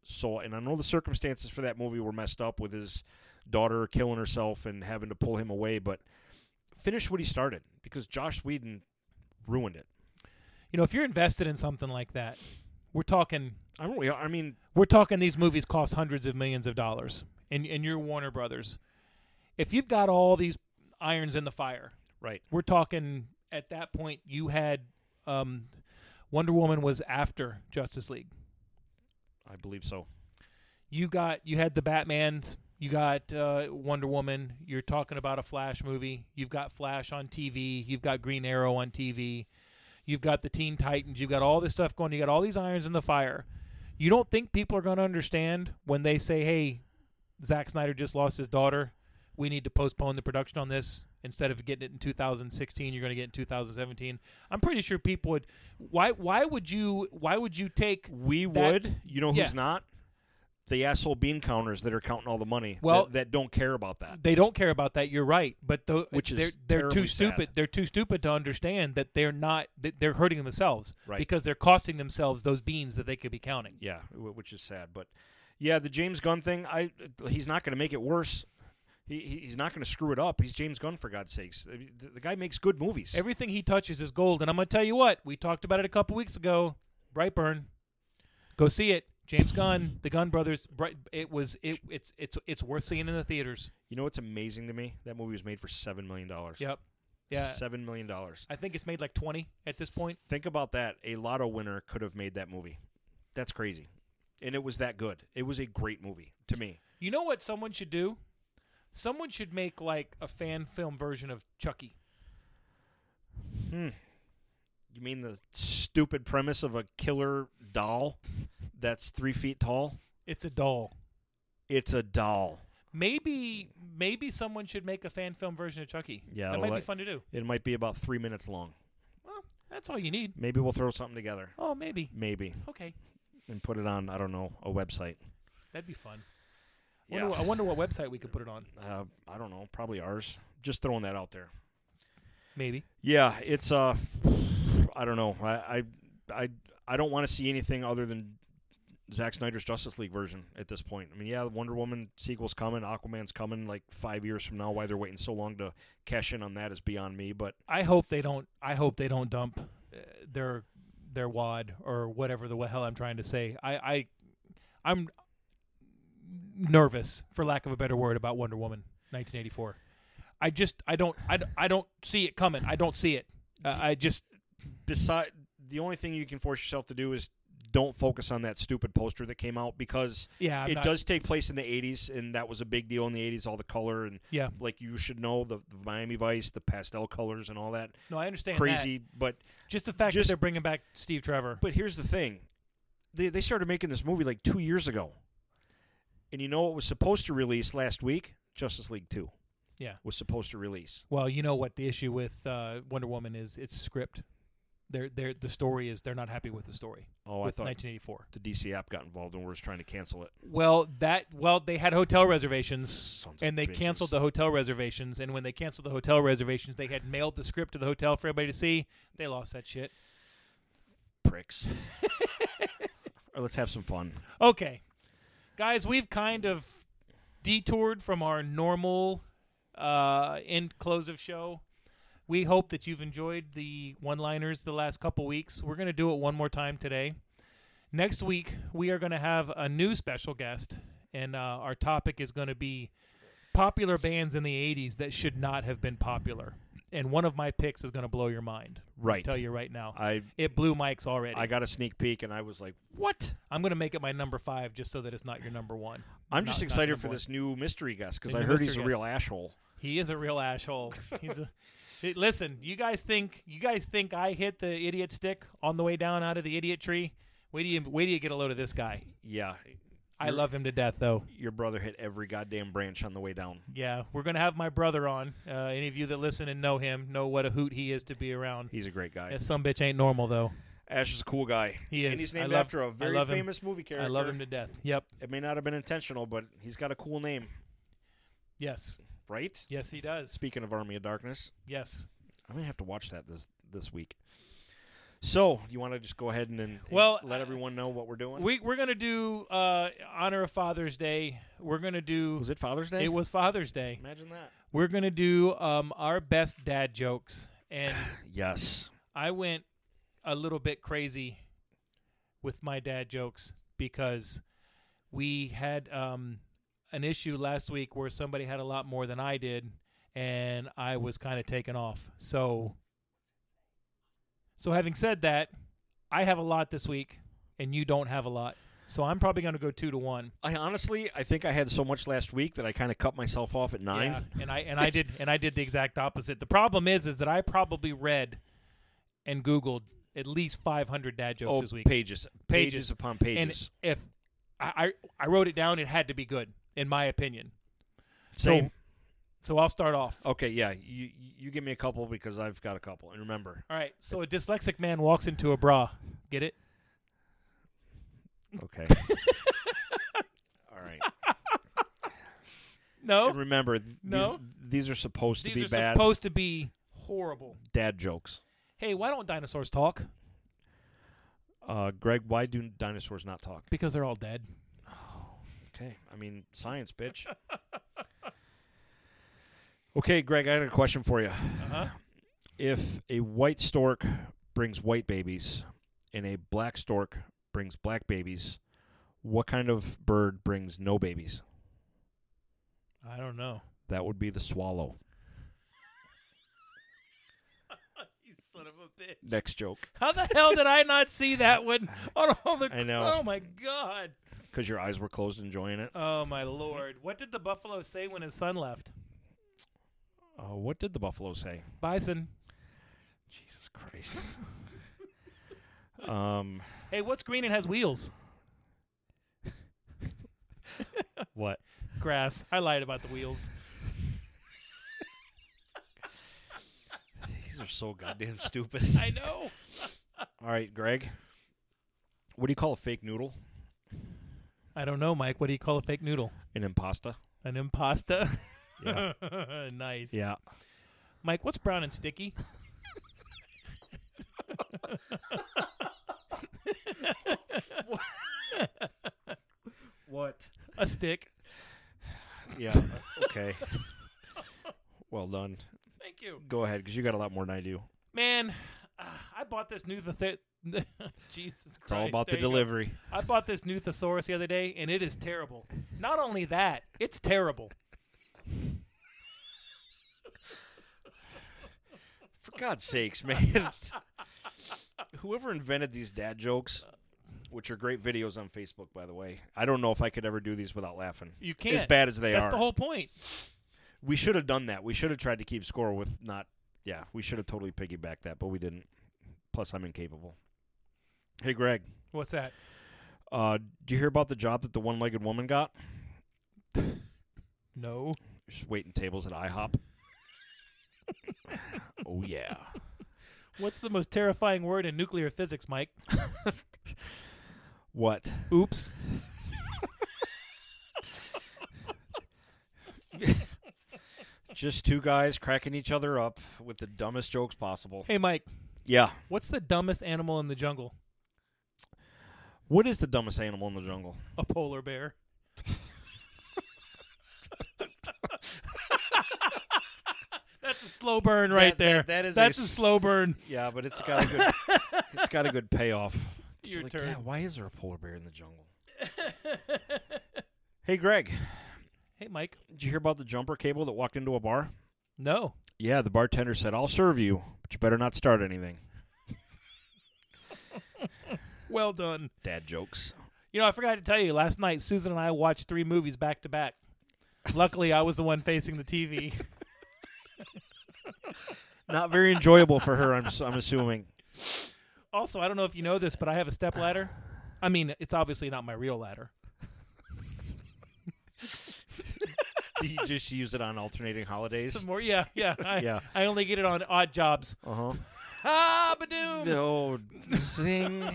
Speaker 1: So, and I know the circumstances for that movie were messed up with his daughter killing herself and having to pull him away, but finish what he started because Josh Whedon ruined it.
Speaker 8: you know, if you're invested in something like that, we're talking
Speaker 1: I don't. I mean,
Speaker 8: we're talking these movies cost hundreds of millions of dollars and, and you're warner brothers if you've got all these irons in the fire
Speaker 1: right.
Speaker 8: we're talking at that point you had um, wonder woman was after justice league
Speaker 1: I believe so.
Speaker 8: you got you had the batmans you got uh, wonder woman you're talking about a flash movie you've got flash on tv you've got green arrow on tv you've got the teen titans you've got all this stuff going you got all these irons in the fire you don't think people are going to understand when they say hey Zack Snyder just lost his daughter we need to postpone the production on this instead of getting it in 2016 you're going to get it in 2017 i'm pretty sure people would why why would you why would you take
Speaker 1: We
Speaker 8: that-
Speaker 1: would. You know who's
Speaker 8: yeah.
Speaker 1: not? The asshole bean counters that are counting all the money.
Speaker 8: Well-
Speaker 1: that, that don't care about that.
Speaker 8: they don't care about that. You're right, but tho-
Speaker 1: Which is
Speaker 8: they're, they're too
Speaker 1: terribly sad.
Speaker 8: stupid. They're too stupid to understand that they're not. That they're hurting themselves
Speaker 1: Right.
Speaker 8: because they're costing themselves those beans that they could be counting.
Speaker 1: Yeah, wh- which is sad. But yeah, the James Gunn thing. I he's not going to make it worse. He, he- he's not going to screw it up. He's James Gunn for God's sakes. I mean, The, the guy makes good movies.
Speaker 8: Everything he touches is gold, and I'm gonna tell you what we talked about it a couple weeks ago. Brightburn, go see it. James Gunn, the Gunn brothers. Bright, it was it, it's it's it's worth seeing in the theaters.
Speaker 1: you know what's amazing to me? That movie was made for seven million dollars.
Speaker 8: Yep, yeah.
Speaker 1: seven million dollars.
Speaker 8: I think it's made like 20 at this point.
Speaker 1: Think about that. A lotto winner could have made that movie. That's crazy. And it was that good. It was a great movie to me.
Speaker 8: You know what someone should do? Someone should make like a fan film version of Chucky.
Speaker 1: You mean the stupid premise of a killer doll that's three feet tall?
Speaker 8: It's a doll.
Speaker 1: It's a doll.
Speaker 8: Maybe maybe someone should make a fan film version of Chucky.
Speaker 1: Yeah,
Speaker 8: that
Speaker 1: it'll
Speaker 8: might be
Speaker 1: let-
Speaker 8: fun to do.
Speaker 1: It might be about three minutes long.
Speaker 8: Well, That's all you need.
Speaker 1: Maybe we'll throw something together.
Speaker 8: Oh, maybe.
Speaker 1: Maybe.
Speaker 8: Okay,
Speaker 1: And put it on, I don't know, a website.
Speaker 8: that'd be fun.
Speaker 1: Yeah.
Speaker 8: Wonder, what- I wonder what website we could put it on.
Speaker 1: Uh, I don't know. Probably ours. Just throwing that out there.
Speaker 8: Maybe.
Speaker 1: Yeah, it's uh, I don't know. I I I, I don't want to see anything other than Zack Snyder's Justice League version at this point. I mean, yeah, Wonder Woman sequel's coming, Aquaman's coming like five years from now. Why they're waiting so long to cash in on that is beyond me. But
Speaker 8: I hope they don't. I hope they don't dump uh, their their wad or whatever the hell I'm trying to say. I, I I'm nervous, for lack of a better word, about Wonder Woman 1984. I just I don't I, d- I don't see it coming. I don't see it. Uh, I just
Speaker 1: beside the only thing you can force yourself to do is don't focus on that stupid poster that came out because
Speaker 8: Yeah, I'm
Speaker 1: it
Speaker 8: not-
Speaker 1: does take place in the 80s and that was a big deal in the 80s all the color and
Speaker 8: Yeah.
Speaker 1: like you should know the, the Miami Vice the pastel colors and all that
Speaker 8: no. I understand that.
Speaker 1: crazy but
Speaker 8: Just the fact
Speaker 1: Just-
Speaker 8: that they're bringing back Steve Trevor.
Speaker 1: But here's the thing: they they started making this movie like two years ago, and you know it was supposed to release last week. Justice League Two
Speaker 8: yeah.
Speaker 1: was supposed to release.
Speaker 8: Well, you know what the issue with uh, Wonder Woman is? It's script. They're, they're, the story is they're not happy with the story.
Speaker 1: Oh, I
Speaker 8: with
Speaker 1: thought-
Speaker 8: 1984.
Speaker 1: The DC app got involved and we're just trying to cancel it.
Speaker 8: Well, that well they had hotel reservations
Speaker 1: of
Speaker 8: and they
Speaker 1: bitches.
Speaker 8: canceled the hotel reservations and when they canceled the hotel reservations they had mailed the script to the hotel for everybody to see. They lost that shit.
Speaker 1: Pricks. or let's have some fun.
Speaker 8: Okay. Guys, we've kind of detoured from our normal uh end close of show. We hope that you've enjoyed the one-liners the last couple weeks. We're going to do it one more time today. Next week, we are going to have a new special guest and uh, our topic is going to be popular bands in the 80s that should not have been popular. And one of my picks is going to blow your mind.
Speaker 1: Right.
Speaker 8: tell you right now.
Speaker 1: I
Speaker 8: it blew Mike's already.
Speaker 1: I got a sneak peek and I was like, "What?"
Speaker 8: I'm gonna make it my number five just so that it's not your number one.
Speaker 1: I'm
Speaker 8: Not-
Speaker 1: just
Speaker 8: not
Speaker 1: excited
Speaker 8: number
Speaker 1: for
Speaker 8: one.
Speaker 1: this new mystery guest because
Speaker 8: The
Speaker 1: I
Speaker 8: new
Speaker 1: heard he's a
Speaker 8: mystery
Speaker 1: real asshole.
Speaker 8: He is a real asshole. He's a Hey, listen, you guys think you guys think I hit the idiot stick on the way down out of the idiot tree? Wait do you wait do you get a load of this guy?
Speaker 1: Yeah,
Speaker 8: I love him to death though.
Speaker 1: your brother hit every goddamn branch on the way down.
Speaker 8: Yeah, we're gonna have my brother on. Uh, any of you that listen and know him know what a hoot he is to be around.
Speaker 1: He's a great guy.
Speaker 8: That some bitch ain't normal though.
Speaker 1: Ash is a cool guy.
Speaker 8: He is.
Speaker 1: And he's
Speaker 8: I
Speaker 1: named
Speaker 8: love-
Speaker 1: after
Speaker 8: I
Speaker 1: a very
Speaker 8: love him.
Speaker 1: famous movie character.
Speaker 8: I love him to death. Yep.
Speaker 1: It may not have been intentional, but he's got a cool name,
Speaker 8: Yes.
Speaker 1: right?
Speaker 8: Yes, he does.
Speaker 1: Speaking of Army of Darkness,
Speaker 8: Yes.
Speaker 1: I'm gonna have to watch that this this week. So, you want to just go ahead and, and
Speaker 8: Well,
Speaker 1: let everyone know what we're doing?
Speaker 8: We we're gonna do uh, honor of Father's Day. We're gonna do.
Speaker 1: was it Father's Day?
Speaker 8: It was Father's Day.
Speaker 1: Imagine that.
Speaker 8: We're gonna do um, our best dad jokes, and
Speaker 1: Yes.
Speaker 8: I went a little bit crazy with my dad jokes because we had um, an issue last week where somebody had a lot more than I did, and I was kind of taken off. So, so having said that, I have a lot this week, and you don't have a lot. So I'm probably gonna go two to one.
Speaker 1: I honestly, I think I had so much last week that I kind of cut myself off at nine.
Speaker 8: Yeah, and I and I did and I did the exact opposite. The problem is is that I probably read and Googled at least five hundred dad jokes
Speaker 1: Oh,
Speaker 8: this week.
Speaker 1: pages, pages upon pages.
Speaker 8: And if I, I I wrote it down, it had to be good, in my opinion.
Speaker 1: Same.
Speaker 8: So I'll start off.
Speaker 1: okay, yeah. You you give me a couple because I've got a couple. And remember,
Speaker 8: All right. So a dyslexic man walks into a bra. Get it?
Speaker 1: okay. All right. And
Speaker 8: No.
Speaker 1: remember, th-
Speaker 8: No.
Speaker 1: these, these are supposed to
Speaker 8: These
Speaker 1: be
Speaker 8: are
Speaker 1: bad
Speaker 8: supposed to be horrible.
Speaker 1: dad jokes.
Speaker 8: Hey, why don't dinosaurs talk?
Speaker 1: Uh, Greg, why do dinosaurs not talk?
Speaker 8: Because they're all dead.
Speaker 1: Okay, I mean science, bitch. okay, Greg, I got a question for you.
Speaker 8: Uh-huh.
Speaker 1: If a white stork brings white babies and a black stork brings black babies, what kind of bird brings no babies?
Speaker 8: I don't know.
Speaker 1: That would be the swallow.
Speaker 8: You son of a bitch.
Speaker 1: Next joke,
Speaker 8: How the hell did I not see that one on all the?
Speaker 1: I know.
Speaker 8: Oh my god.
Speaker 1: because your eyes were closed enjoying it.
Speaker 8: Oh my lord. What did the buffalo say when his son left?
Speaker 1: Uh, what did the buffalo say?
Speaker 8: Bison.
Speaker 1: Jesus Christ. um,
Speaker 8: Hey, what's green and has wheels?
Speaker 1: what?
Speaker 8: Grass. I lied about the wheels.
Speaker 1: These are so goddamn stupid.
Speaker 8: I know.
Speaker 1: All right, Greg. What do you call a fake noodle?
Speaker 8: I don't know, Mike. What do you call a fake noodle?
Speaker 1: An impasta.
Speaker 8: An impasta.
Speaker 1: Yeah.
Speaker 8: nice.
Speaker 1: yeah.
Speaker 8: Mike, what's brown and sticky?
Speaker 1: What?
Speaker 8: A stick.
Speaker 1: Yeah. uh, Okay. well done.
Speaker 8: Thank you,
Speaker 1: Go ahead, because you got a lot more than I do.
Speaker 8: man. ah, I bought this new the Jesus Christ.
Speaker 1: It's all about
Speaker 8: there
Speaker 1: the
Speaker 8: you go.
Speaker 1: delivery.
Speaker 8: I bought this new thesaurus the other day, and it is terrible. Not only that, it's terrible.
Speaker 1: For God's sakes, man. Whoever invented these dad jokes, which are great videos on Facebook, by the way, I don't know if I could ever do these without laughing.
Speaker 8: You can't.
Speaker 1: As bad as they
Speaker 8: That's
Speaker 1: are.
Speaker 8: the whole point.
Speaker 1: we should have done that. We should have tried to keep score with not. Yeah, we should have totally piggybacked that, but we didn't. Plus, I'm incapable. Hey, Greg.
Speaker 8: What's that?
Speaker 1: Uh, did you hear about the job that the one-legged woman got?
Speaker 8: No.
Speaker 1: She's waiting tables at IHOP. oh yeah.
Speaker 8: What's the most terrifying word in nuclear physics, Mike?
Speaker 1: What?
Speaker 8: Oops.
Speaker 1: Just two guys cracking each other up with the dumbest jokes possible.
Speaker 8: Hey, Mike.
Speaker 1: Yeah.
Speaker 8: What's the dumbest animal in the jungle?
Speaker 1: What is the dumbest animal in the jungle?
Speaker 8: A polar bear. That's a slow burn
Speaker 1: That- that-
Speaker 8: right there.
Speaker 1: that is a
Speaker 8: That's a,
Speaker 1: s-
Speaker 8: slow burn.
Speaker 1: Yeah, but it's got a good it's got a good payoff. It's
Speaker 8: Your
Speaker 1: like,
Speaker 8: turn.
Speaker 1: Yeah, why is there a polar bear in the jungle? hey Greg,
Speaker 8: Hey, Mike.
Speaker 1: did you hear about the jumper cable that walked into a bar?
Speaker 8: No.
Speaker 1: Yeah, the bartender said, "I'll serve you, but you better not start anything."
Speaker 8: Well done.
Speaker 1: Dad jokes.
Speaker 8: You know, I forgot to tell you last night. Susan and I watched three movies back to back. Luckily, I was the one facing the TV.
Speaker 1: Not very enjoyable for her, I'm s- I'm assuming.
Speaker 8: also, I don't know if you know this, but I have a step ladder. I mean, it's obviously not my real ladder.
Speaker 1: Do you just use it on alternating holidays?
Speaker 8: Some more, yeah, yeah. I,
Speaker 1: Yeah.
Speaker 8: I only get it on odd jobs.
Speaker 1: Uh-huh.
Speaker 8: Ah, badoom.
Speaker 1: No, zing.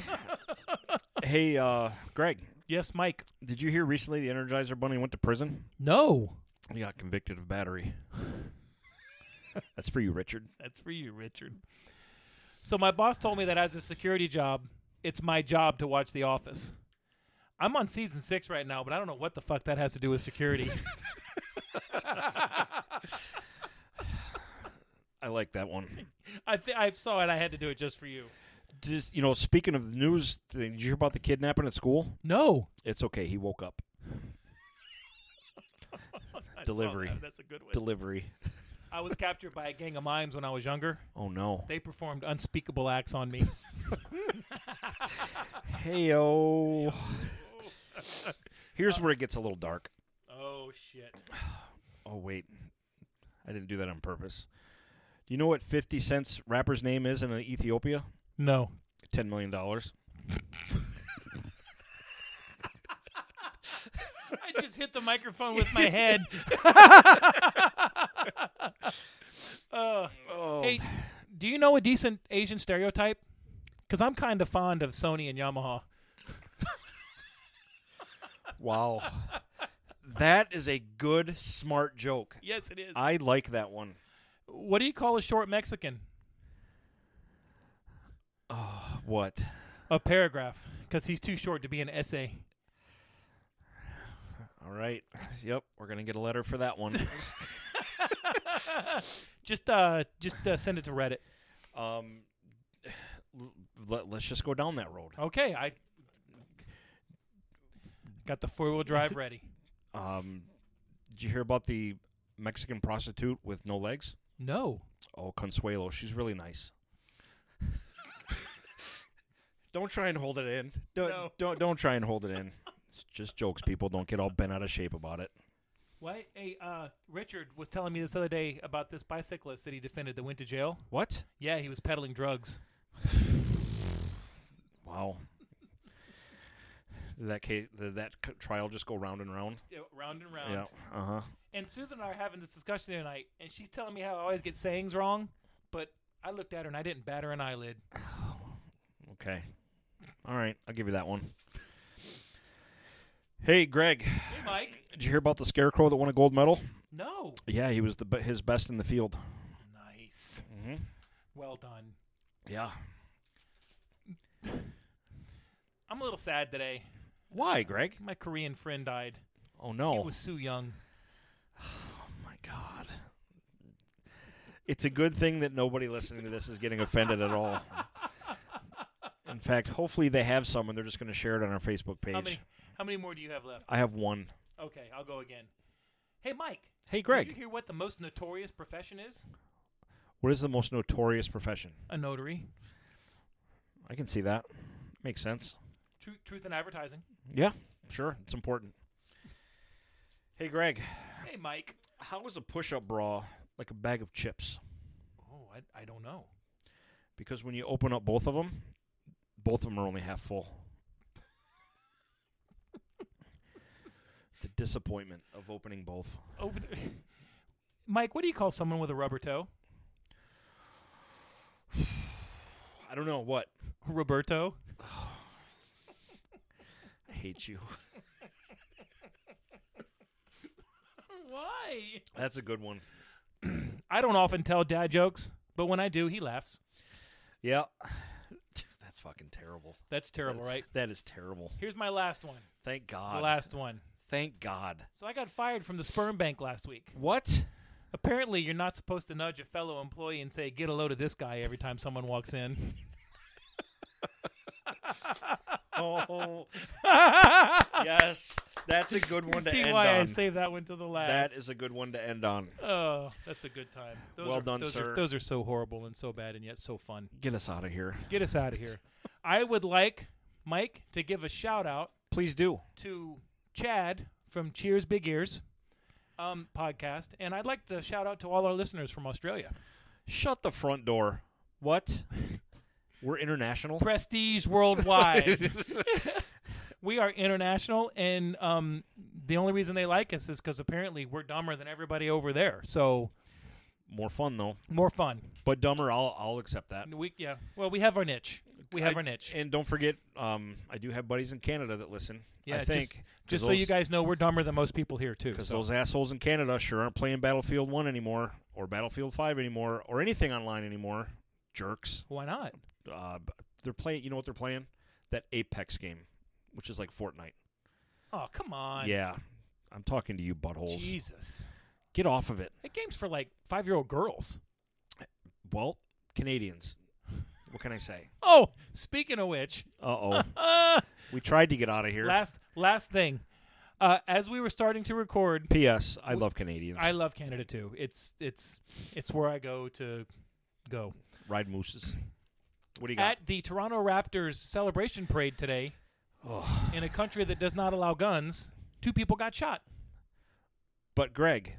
Speaker 1: hey, uh, Greg,
Speaker 8: Yes, Mike.
Speaker 1: did you hear recently the Energizer Bunny went to prison?
Speaker 8: No.
Speaker 1: He got convicted of battery. That's for you, Richard.
Speaker 8: That's for you, Richard. So my boss told me that as a security job, it's my job to watch The Office. I'm on season six right now, but I don't know what the fuck that has to do with security.
Speaker 1: I like that one.
Speaker 8: I th- I saw it. I had to do it just for you.
Speaker 1: Just you know, speaking of the news, thing, did you hear about the kidnapping at school?
Speaker 8: No
Speaker 1: It's okay. He woke up. Delivery. that.
Speaker 8: That's a good one.
Speaker 1: Delivery.
Speaker 8: I was captured by a gang of mimes when I was younger.
Speaker 1: Oh no.
Speaker 8: They performed unspeakable acts on me.
Speaker 1: Heyo. Here's where it gets a little dark.
Speaker 8: oh shit!
Speaker 1: Oh wait, I didn't do that on purpose. Do you know what Fifty Cent's rapper's name is in Ethiopia?
Speaker 8: No.
Speaker 1: Ten million dollars.
Speaker 8: I just hit the microphone with my head. Uh,
Speaker 1: Oh,
Speaker 8: hey, do you know a decent Asian stereotype? Because I'm kind of fond of Sony and Yamaha.
Speaker 1: wow. That is a good, smart joke.
Speaker 8: Yes, it is.
Speaker 1: I like that one.
Speaker 8: what do you call a short Mexican?
Speaker 1: What?
Speaker 8: A paragraph, because he's too short to be an essay.
Speaker 1: All right. Yep, we're gonna get a letter for that one.
Speaker 8: Just, uh, just uh, send it to Reddit.
Speaker 1: um, let, let's just go down that road.
Speaker 8: Okay, I got the four wheel drive ready.
Speaker 1: Um, did you hear about the Mexican prostitute with no legs?
Speaker 8: No.
Speaker 1: Oh, Consuelo, she's really nice. don't try and hold it in. Don't
Speaker 8: No.
Speaker 1: don't don't try and hold it in. It's just jokes, people. Don't get all bent out of shape about it.
Speaker 8: Why? Hey, uh, Richard was telling me this other day about this bicyclist that he defended that went to jail.
Speaker 1: What?
Speaker 8: Yeah, he was peddling drugs.
Speaker 1: Wow. Did that case, did that c- trial just go round and round?
Speaker 8: Yeah, round and round.
Speaker 1: Yeah. Uh huh.
Speaker 8: And Susan and I are having this discussion the other night, and she's telling me how I always get sayings wrong, but I looked at her and I didn't batter an eyelid.
Speaker 1: Okay. All right, I'll give you that one. Hey, Greg,
Speaker 8: Hey, Mike.
Speaker 1: did you hear about the scarecrow that won a gold medal?
Speaker 8: No.
Speaker 1: Yeah, he was the be- his best in the field.
Speaker 8: Nice.
Speaker 1: Mhm.
Speaker 8: Well done.
Speaker 1: Yeah.
Speaker 8: I'm a little sad today.
Speaker 1: Why, Greg?
Speaker 8: My Korean friend died.
Speaker 1: Oh no.
Speaker 8: He was so young.
Speaker 1: my God. It's a good thing that nobody listening to this is getting offended at all. In fact, hopefully they have some and they're just going to share it on our Facebook
Speaker 8: How
Speaker 1: page.
Speaker 8: many? How many more do you have left?
Speaker 1: I have one.
Speaker 8: Okay, I'll go again. Hey, Mike.
Speaker 1: Hey,
Speaker 8: Did
Speaker 1: Greg,
Speaker 8: you hear what the most notorious profession is?
Speaker 1: what is the most notorious profession?
Speaker 8: A notary.
Speaker 1: I can see that. Makes sense.
Speaker 8: Truth, truth in advertising.
Speaker 1: Yeah, sure. It's important. Hey, Greg,
Speaker 8: Hey, Mike.
Speaker 1: how is a push up bra like a bag of chips?
Speaker 8: Oh, I, I don't know.
Speaker 1: Because when you open up both of them, both of them are only half full. the disappointment of opening both.
Speaker 8: Over Mike, what do you call someone with a rubber toe?
Speaker 1: I don't know what.
Speaker 8: Roberto.
Speaker 1: I hate you.
Speaker 8: Why?
Speaker 1: That's a good one.
Speaker 8: I don't often tell dad jokes, but when I do, he laughs.
Speaker 1: Yeah. That's fucking terrible.
Speaker 8: That's terrible, right?
Speaker 1: That is terrible.
Speaker 8: Here's my last one.
Speaker 1: Thank
Speaker 8: The
Speaker 1: God.
Speaker 8: last one.
Speaker 1: Thank God.
Speaker 8: So I got fired from the sperm bank last week.
Speaker 1: What?
Speaker 8: Apparently, you're not supposed to nudge a fellow employee and say, "Get a load of this guy" every time someone walks in.
Speaker 1: Oh.
Speaker 8: you
Speaker 1: yes. That's a good one to
Speaker 8: see
Speaker 1: end
Speaker 8: why I
Speaker 1: on.
Speaker 8: saved that one to the last.
Speaker 1: that is a good one to end on.
Speaker 8: oh, that's a good time. Those
Speaker 1: Well
Speaker 8: are,
Speaker 1: done,
Speaker 8: those
Speaker 1: sir.
Speaker 8: Are, those are so horrible and so bad and yet so fun.
Speaker 1: Get us out of here.
Speaker 8: Get us out of here. I would like Mike to give a shout out
Speaker 1: Please do.
Speaker 8: to Chad from Cheers Big Ears um, podcast, and I'd like to shout out to all our listeners from Australia.
Speaker 1: Shut the front door. What? We're international.
Speaker 8: prestige worldwide. we are international, and um, the only reason they like us is because apparently we're dumber than everybody over there. So
Speaker 1: More fun though,
Speaker 8: more fun.
Speaker 1: but dumber. I'll I'll accept that.
Speaker 8: We yeah. Well, we have our niche. We have
Speaker 1: I-
Speaker 8: our niche.
Speaker 1: And don't forget, um, I do have buddies in Canada that listen.
Speaker 8: yeah,
Speaker 1: I think
Speaker 8: just, just so you guys know, we're dumber than most people here too.
Speaker 1: because
Speaker 8: So
Speaker 1: those assholes in Canada sure aren't playing Battlefield One anymore, or Battlefield Five anymore, or anything online anymore. Jerks.
Speaker 8: why not?
Speaker 1: Uh, b- they're playing. You know what they're playing? That Apex game, which is like Fortnite.
Speaker 8: Oh come on.
Speaker 1: yeah, I'm talking to you, buttholes.
Speaker 8: Jesus.
Speaker 1: Get off of it.
Speaker 8: That game's for like five year old girls.
Speaker 1: Well, Canadians. What can I say?
Speaker 8: Oh, speaking of which,
Speaker 1: Uh oh.
Speaker 8: uh,
Speaker 1: we tried to get out of here.
Speaker 8: last last thing. Uh, as we were starting to record,
Speaker 1: P.S. I love Canadians.
Speaker 8: I love Canada too. It's it's it's where I go to go.
Speaker 1: Ride mooses. What do you got?
Speaker 8: At the Toronto Raptors celebration parade today, in a country that does not allow guns, two people got shot.
Speaker 1: But Greg,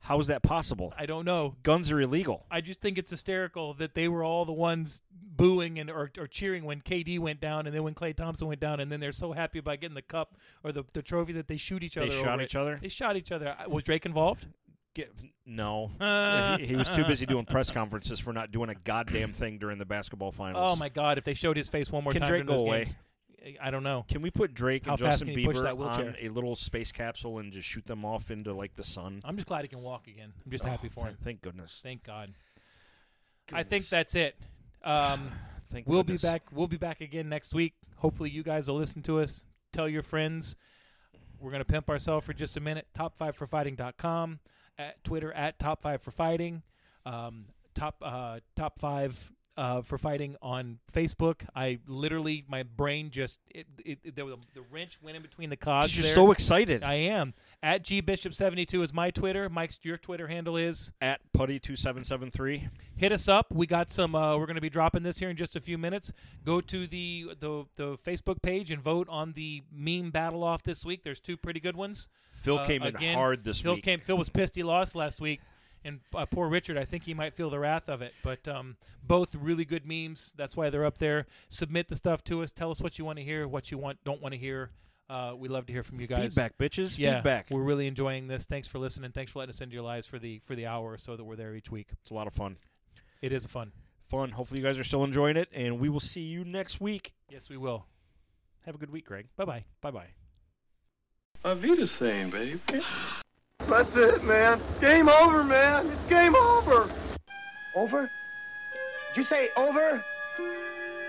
Speaker 1: how is that possible?
Speaker 8: I don't know.
Speaker 1: Guns are illegal.
Speaker 8: I just think it's hysterical that they were all the ones booing and or, or cheering when KD went down, and then when Clay Thompson went down, and then they're so happy about getting the cup or the, the trophy that they shoot each
Speaker 1: They
Speaker 8: other.
Speaker 1: shot
Speaker 8: over
Speaker 1: each
Speaker 8: it.
Speaker 1: other?
Speaker 8: They shot each other. I- Was Drake involved? Uh,
Speaker 1: Get, no, he, he was too busy doing press conferences for not doing a goddamn thing during the basketball finals.
Speaker 8: Oh my God! If they showed his face one more
Speaker 1: Can
Speaker 8: time
Speaker 1: Drake
Speaker 8: during those
Speaker 1: go away?
Speaker 8: games, I don't know.
Speaker 1: Can we put Drake
Speaker 8: How
Speaker 1: and
Speaker 8: fast
Speaker 1: Justin
Speaker 8: can he push
Speaker 1: Bieber
Speaker 8: that wheelchair?
Speaker 1: on a little space capsule and just shoot them off into like the sun?
Speaker 8: I'm just glad he can walk again. I'm just happy for
Speaker 1: Oh, Thank-
Speaker 8: him.
Speaker 1: Thank goodness.
Speaker 8: Thank God. I think
Speaker 1: Goodness.
Speaker 8: that's it. Um,
Speaker 1: Thank
Speaker 8: we'll
Speaker 1: goodness.
Speaker 8: be back. We'll be back again next week. Hopefully, you guys will listen to us. Tell your friends. We're gonna pimp ourselves for just a minute. Top five for fighting.com at Twitter at top five for fighting. Um, top uh, top five. Uh, for fighting on Facebook, I literally my brain just it, it, it- there was a, the wrench went in between the cogs.
Speaker 1: You're
Speaker 8: there.
Speaker 1: so excited.
Speaker 8: I am at gbishop72 is my Twitter. Mike's your Twitter handle is.
Speaker 1: At putty two seven seven three.
Speaker 8: Hit us up. We got some. Uh, we're going to be dropping this here in just a few minutes. Go to the the the Facebook page and vote on the meme battle off this week. There's two pretty good ones.
Speaker 1: Phil
Speaker 8: Uh,
Speaker 1: came in
Speaker 8: again,
Speaker 1: hard this
Speaker 8: Phil
Speaker 1: week.
Speaker 8: Came, Phil was pissed he lost last week, and uh, poor Richard. I think he might feel the wrath of it. But um, both really good memes. That's why they're up there. Submit the stuff to us. Tell us what you want to hear, what you want, don't want to hear. Uh, we love to hear from you guys.
Speaker 1: Feedback, bitches.
Speaker 8: Yeah,
Speaker 1: Feedback.
Speaker 8: We're really enjoying this. Thanks for listening. Thanks for letting us into your lives for the for the hour or so that we're there each week.
Speaker 1: It's a lot of fun.
Speaker 8: It is fun.
Speaker 1: Fun. Hopefully, you guys are still enjoying it, and we will see you next week.
Speaker 8: Yes, we will.
Speaker 1: Have a good week, Greg.
Speaker 8: Bye bye.
Speaker 1: Bye bye.
Speaker 7: Avita saying, babe.
Speaker 9: That's it, man. Game over, man. It's game over.
Speaker 10: Over? Did you say over?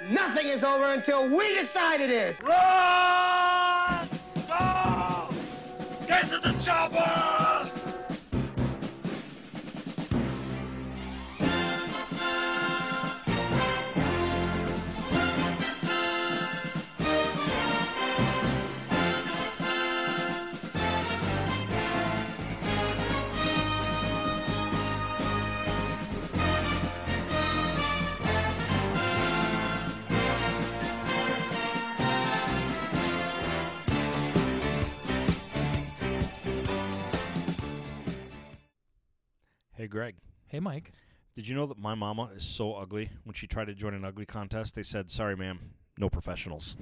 Speaker 10: Nothing is over until we decide it is.
Speaker 9: Run! Go! Get to the chopper!
Speaker 1: Hey, Greg.
Speaker 8: Hey, Mike.
Speaker 1: Did you know that my mama is so ugly? When she tried to join an ugly contest, they said, "Sorry, ma'am, no professionals."